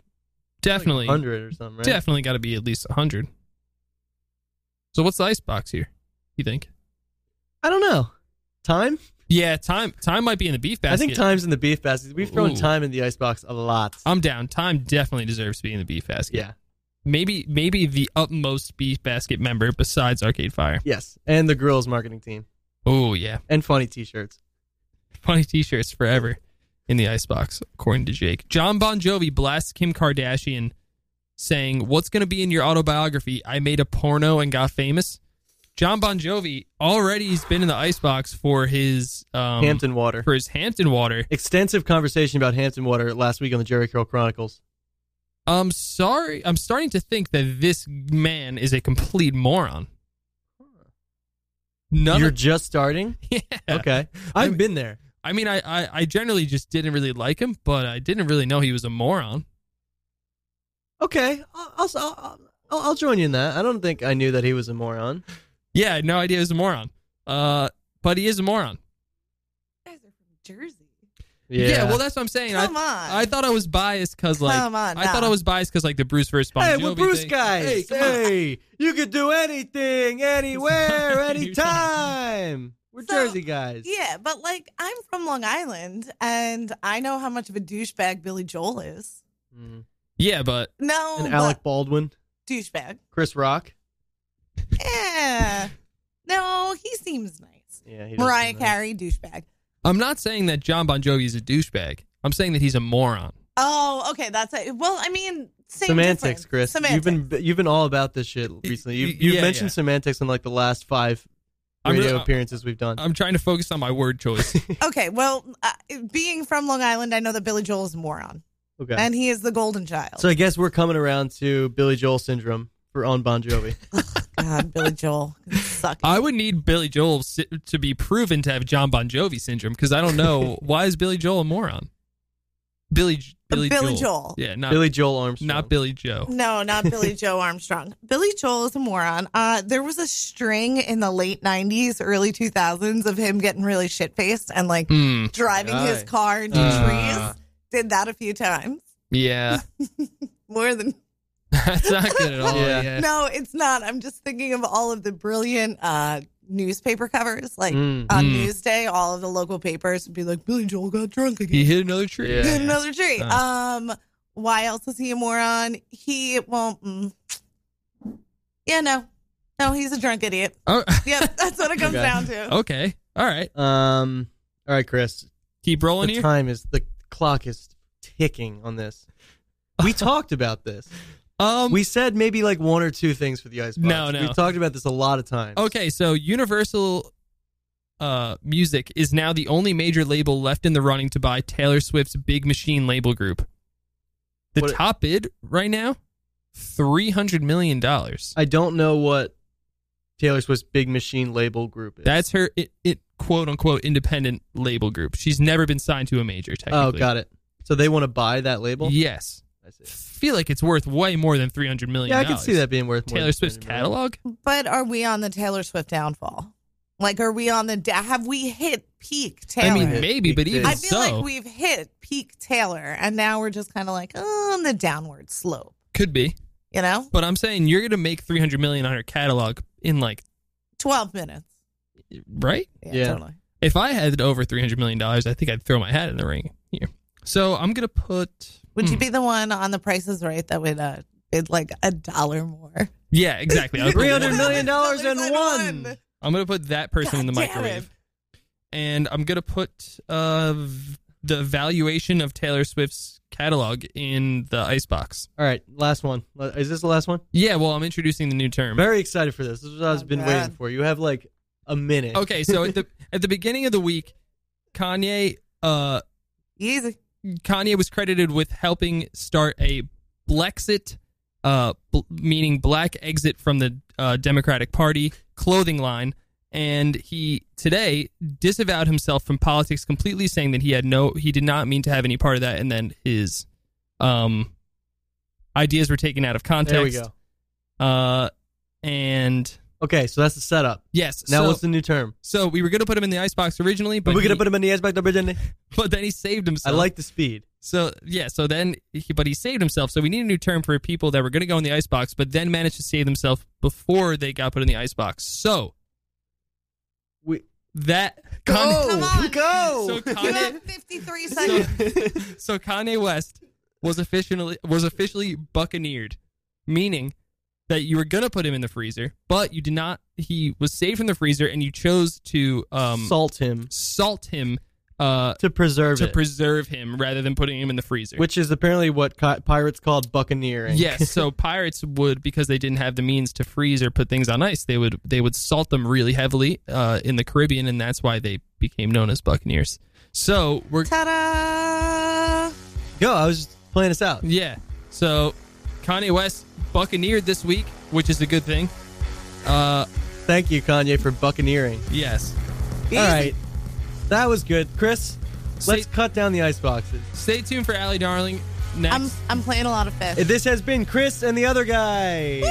Speaker 2: Definitely.
Speaker 4: like 100 or something, right?
Speaker 2: Definitely got to be at least 100. So what's the icebox here? You think?
Speaker 4: I don't know. Time?
Speaker 2: Yeah, time time might be in the beef basket.
Speaker 4: I think time's in the beef basket. We've thrown
Speaker 2: Ooh.
Speaker 4: time in the icebox a lot.
Speaker 2: I'm down. Time definitely deserves to be in the beef basket.
Speaker 4: yeah.
Speaker 2: Maybe maybe the utmost beef basket member besides Arcade Fire.
Speaker 4: Yes. And the girls' marketing team.
Speaker 2: Oh yeah.
Speaker 4: And funny t shirts.
Speaker 2: Funny t-shirts forever in the icebox according to Jake. John Bon Jovi blasts Kim Kardashian saying, "What's going to be in your autobiography? I made a porno and got famous." John Bon Jovi already has been in the icebox for his um,
Speaker 4: Hampton Water.
Speaker 2: for his Hampton water.
Speaker 4: Extensive conversation about Hampton Water last week on the Jerry Curl Chronicles.
Speaker 2: I'm sorry. I'm starting to think that this man is a complete moron. None.
Speaker 4: You're
Speaker 2: of-
Speaker 4: just starting?
Speaker 2: yeah.
Speaker 4: Okay.
Speaker 2: I
Speaker 4: I've
Speaker 2: mean-
Speaker 4: been there.
Speaker 2: I mean, I, I I generally just didn't really like him, but I didn't really know he was a moron.
Speaker 4: Okay. I'll, I'll, I'll, I'll- I'll join you in that. I don't think I knew that he was a moron.
Speaker 2: Yeah, I had no idea he was a moron. Uh, but he is a moron.
Speaker 9: guys are from Jersey.
Speaker 2: well, that's what I'm saying.
Speaker 9: Come
Speaker 2: I,
Speaker 9: on.
Speaker 2: I thought I was biased because like
Speaker 9: Come on,
Speaker 2: I thought
Speaker 9: nah.
Speaker 2: I was biased because like the Bruce versus Bon
Speaker 4: hey,
Speaker 2: Jovi
Speaker 4: we're Bruce
Speaker 2: thing. Hey,
Speaker 4: guys.
Speaker 2: come
Speaker 4: Hey,
Speaker 2: on.
Speaker 4: you could do anything, anywhere, anytime. We're
Speaker 9: So,
Speaker 4: Jersey guys.
Speaker 9: Yeah, but like I'm from Long Island and I know how much of a douchebag Billy Joel is.
Speaker 4: Mm.
Speaker 2: Yeah, but
Speaker 9: No,
Speaker 4: And
Speaker 9: but
Speaker 4: Alec Baldwin,
Speaker 9: douchebag.
Speaker 4: Chris Rock.
Speaker 9: Yeah. no, he seems nice.
Speaker 4: Yeah, he doesn't
Speaker 9: Mariah
Speaker 4: know.
Speaker 9: Carey, douchebag.
Speaker 2: I'm not saying that John Bon Jovi is a douchebag. I'm saying that he's a moron.
Speaker 9: Oh, okay, that's it. Well, I mean, same
Speaker 4: Semantics,
Speaker 9: difference.
Speaker 4: Chris.
Speaker 9: Semantics.
Speaker 4: You've been you've been all about this shit recently. You,
Speaker 2: y-
Speaker 4: you've
Speaker 2: yeah,
Speaker 4: mentioned
Speaker 2: yeah.
Speaker 4: semantics in like the last five
Speaker 2: I'm
Speaker 4: radio
Speaker 2: really-
Speaker 4: appearances we've done.
Speaker 2: I'm trying to focus on my word choice.
Speaker 9: okay, well, uh, being from Long Island, I know that Billy Joel is a moron,
Speaker 4: okay.
Speaker 9: and he is the golden child.
Speaker 4: So I guess we're coming around to Billy Joel syndrome for on Bon Jovi.
Speaker 9: God, Billy Joel suck.
Speaker 2: I would need Billy Joel si- to be proven to have John Bon Jovi syndrome because I don't know why is Billy Joel a moron. Billy J- Billy,
Speaker 9: Billy
Speaker 2: Joel.
Speaker 9: Joel.
Speaker 2: Yeah, not
Speaker 4: Billy Joel Armstrong.
Speaker 2: not Billy Joe.
Speaker 9: No, not Billy Joe Armstrong. Billy Joel is a moron. Uh, there was a string in the late '90s, early 2000s of him getting really shit faced and like
Speaker 2: Hmm.
Speaker 9: driving his
Speaker 4: Aye.
Speaker 9: car into
Speaker 4: Uh.
Speaker 9: trees. Did that a few times,
Speaker 2: Yeah,
Speaker 9: more than
Speaker 2: that's not good at all.
Speaker 4: Yeah.
Speaker 2: Yeah.
Speaker 9: no. It's not. I'm just thinking of all of the brilliant uh, newspaper covers, like
Speaker 4: Mm.
Speaker 9: on
Speaker 2: Mm.
Speaker 9: Newsday, all of the local papers would be like, "Billy Joel got drunk again."
Speaker 2: He hit another tree.
Speaker 4: Yeah.
Speaker 9: Hit another tree.
Speaker 2: Uh.
Speaker 9: Um, why else is he a moron? He won't. Mm. Yeah, no, no, he's a drunk idiot.
Speaker 2: Oh,
Speaker 9: Yep, that's what it comes
Speaker 4: Okay.
Speaker 9: down to.
Speaker 2: okay. All right.
Speaker 4: Um. All right, Chris.
Speaker 2: Keep rolling
Speaker 4: the
Speaker 2: here.
Speaker 4: time is the clock is ticking on this. We talked about this.
Speaker 2: Um.
Speaker 4: We said maybe like one or two things for the icebox.
Speaker 2: No, no.
Speaker 4: We talked about this a lot of times.
Speaker 2: Okay, so Universal uh, Music is now the only major label left in the running to buy Taylor Swift's Big Machine label group. The
Speaker 4: What-
Speaker 2: top bid right now, three hundred million dollars.
Speaker 4: I don't know what Taylor Swift's Big Machine label group is.
Speaker 2: That's her it, it quote unquote independent label group. She's never been signed to a major. Technically.
Speaker 4: oh, got it. So they want to buy that label.
Speaker 2: Yes,
Speaker 4: I see.
Speaker 2: feel like it's worth way more than three hundred million.
Speaker 4: Yeah, I can see that being worth more
Speaker 2: Taylor
Speaker 4: than
Speaker 2: Swift's
Speaker 4: 300 million.
Speaker 2: catalog.
Speaker 9: But are we on the Taylor Swift downfall? Like, are we on the da- have we hit peak Taylor?
Speaker 2: I mean,
Speaker 4: Taylor.
Speaker 2: maybe, but
Speaker 4: I
Speaker 2: even
Speaker 9: I feel
Speaker 2: so,
Speaker 9: like we've hit peak Taylor, and now we're just kind of like oh, on the downward slope.
Speaker 2: could be.
Speaker 9: You know,
Speaker 2: But I'm saying you're gonna make three hundred million on her catalog in like
Speaker 9: twelve minutes.
Speaker 2: right.
Speaker 9: Yeah,
Speaker 4: Yeah.
Speaker 9: totally.
Speaker 2: If I had over three hundred million dollars, I think I'd throw my hat in the ring here. So I'm gonna put.
Speaker 9: Would you
Speaker 2: hmm.
Speaker 9: be the one on the prices right that would uh, bid like a dollar more?
Speaker 2: Yeah, exactly. I would put
Speaker 4: Three
Speaker 2: one.
Speaker 4: hundred million dollars and
Speaker 9: Dollars and
Speaker 4: one.
Speaker 9: one.
Speaker 2: I'm gonna put that person in the
Speaker 9: God damn
Speaker 2: microwave, and I'm gonna put uh v- the valuation of Taylor Swift's catalog in the icebox.
Speaker 4: All right, last one. Le- Is this the last one?
Speaker 2: Yeah, well, I'm introducing the new term.
Speaker 4: Very excited for this. This is what I've
Speaker 9: Not
Speaker 4: been
Speaker 9: bad.
Speaker 4: waiting for. You have like a minute.
Speaker 2: Okay, so at the at the beginning of the week, Kanye uh
Speaker 9: Easy.
Speaker 2: Kanye was credited with helping start a Blexit, uh, bl- meaning black exit from the uh, Democratic Party clothing line. And he today disavowed himself from politics completely, saying that he had no, he did not mean to have any part of that, and then his um, ideas were taken out of context.
Speaker 4: There we go.
Speaker 2: go. Uh, and
Speaker 4: Okay, so that's the setup.
Speaker 2: yes,
Speaker 4: Now
Speaker 2: so,
Speaker 4: what's the new term?
Speaker 2: so we were gonna put him in the icebox originally, but
Speaker 4: We're gonna
Speaker 2: he-
Speaker 4: put him in the icebox number, didn't we?
Speaker 2: but then he saved
Speaker 4: I
Speaker 2: himself.
Speaker 4: like the speed.
Speaker 2: So yeah, so then he, but he saved himself. So we need a new term for people that were going to go in the icebox, but then managed to save themselves before they got put in the icebox. So
Speaker 4: We
Speaker 2: that
Speaker 9: Come
Speaker 2: Kanye,
Speaker 9: on.
Speaker 4: go.
Speaker 2: so
Speaker 9: You have
Speaker 2: Kanye,
Speaker 9: 53
Speaker 2: so,
Speaker 9: seconds.
Speaker 2: so Kanye West was officially was officially buccaneered, meaning that you were going to put him in the freezer, but you did not. He was saved from the freezer, and you chose to um, salt.
Speaker 4: Salt him
Speaker 2: him uh,
Speaker 4: to preserve
Speaker 2: to
Speaker 4: it,
Speaker 2: preserve him rather than putting him in the freezer.
Speaker 4: which is apparently what ki- pirates called buccaneering.
Speaker 2: Yes, so pirates would because they didn't have the means to freeze or put things on ice. They would they would salt them really heavily uh, in the Caribbean, and that's why they became known as buccaneers. So we're
Speaker 9: Ta-da!
Speaker 4: Yo, I was just playing this out.
Speaker 2: yeah. So Kanye West buccaneered this week, which is a good thing. Uh,
Speaker 4: Thank you, Kanye, for buccaneering.
Speaker 2: yes.
Speaker 4: All right, that was good, Chris. Let's
Speaker 2: Say-
Speaker 4: cut down the ice boxes.
Speaker 2: Stay tuned for Allie Darling next.
Speaker 9: I'm I'm playing a lot of fish.
Speaker 4: This has been Chris and the other guy.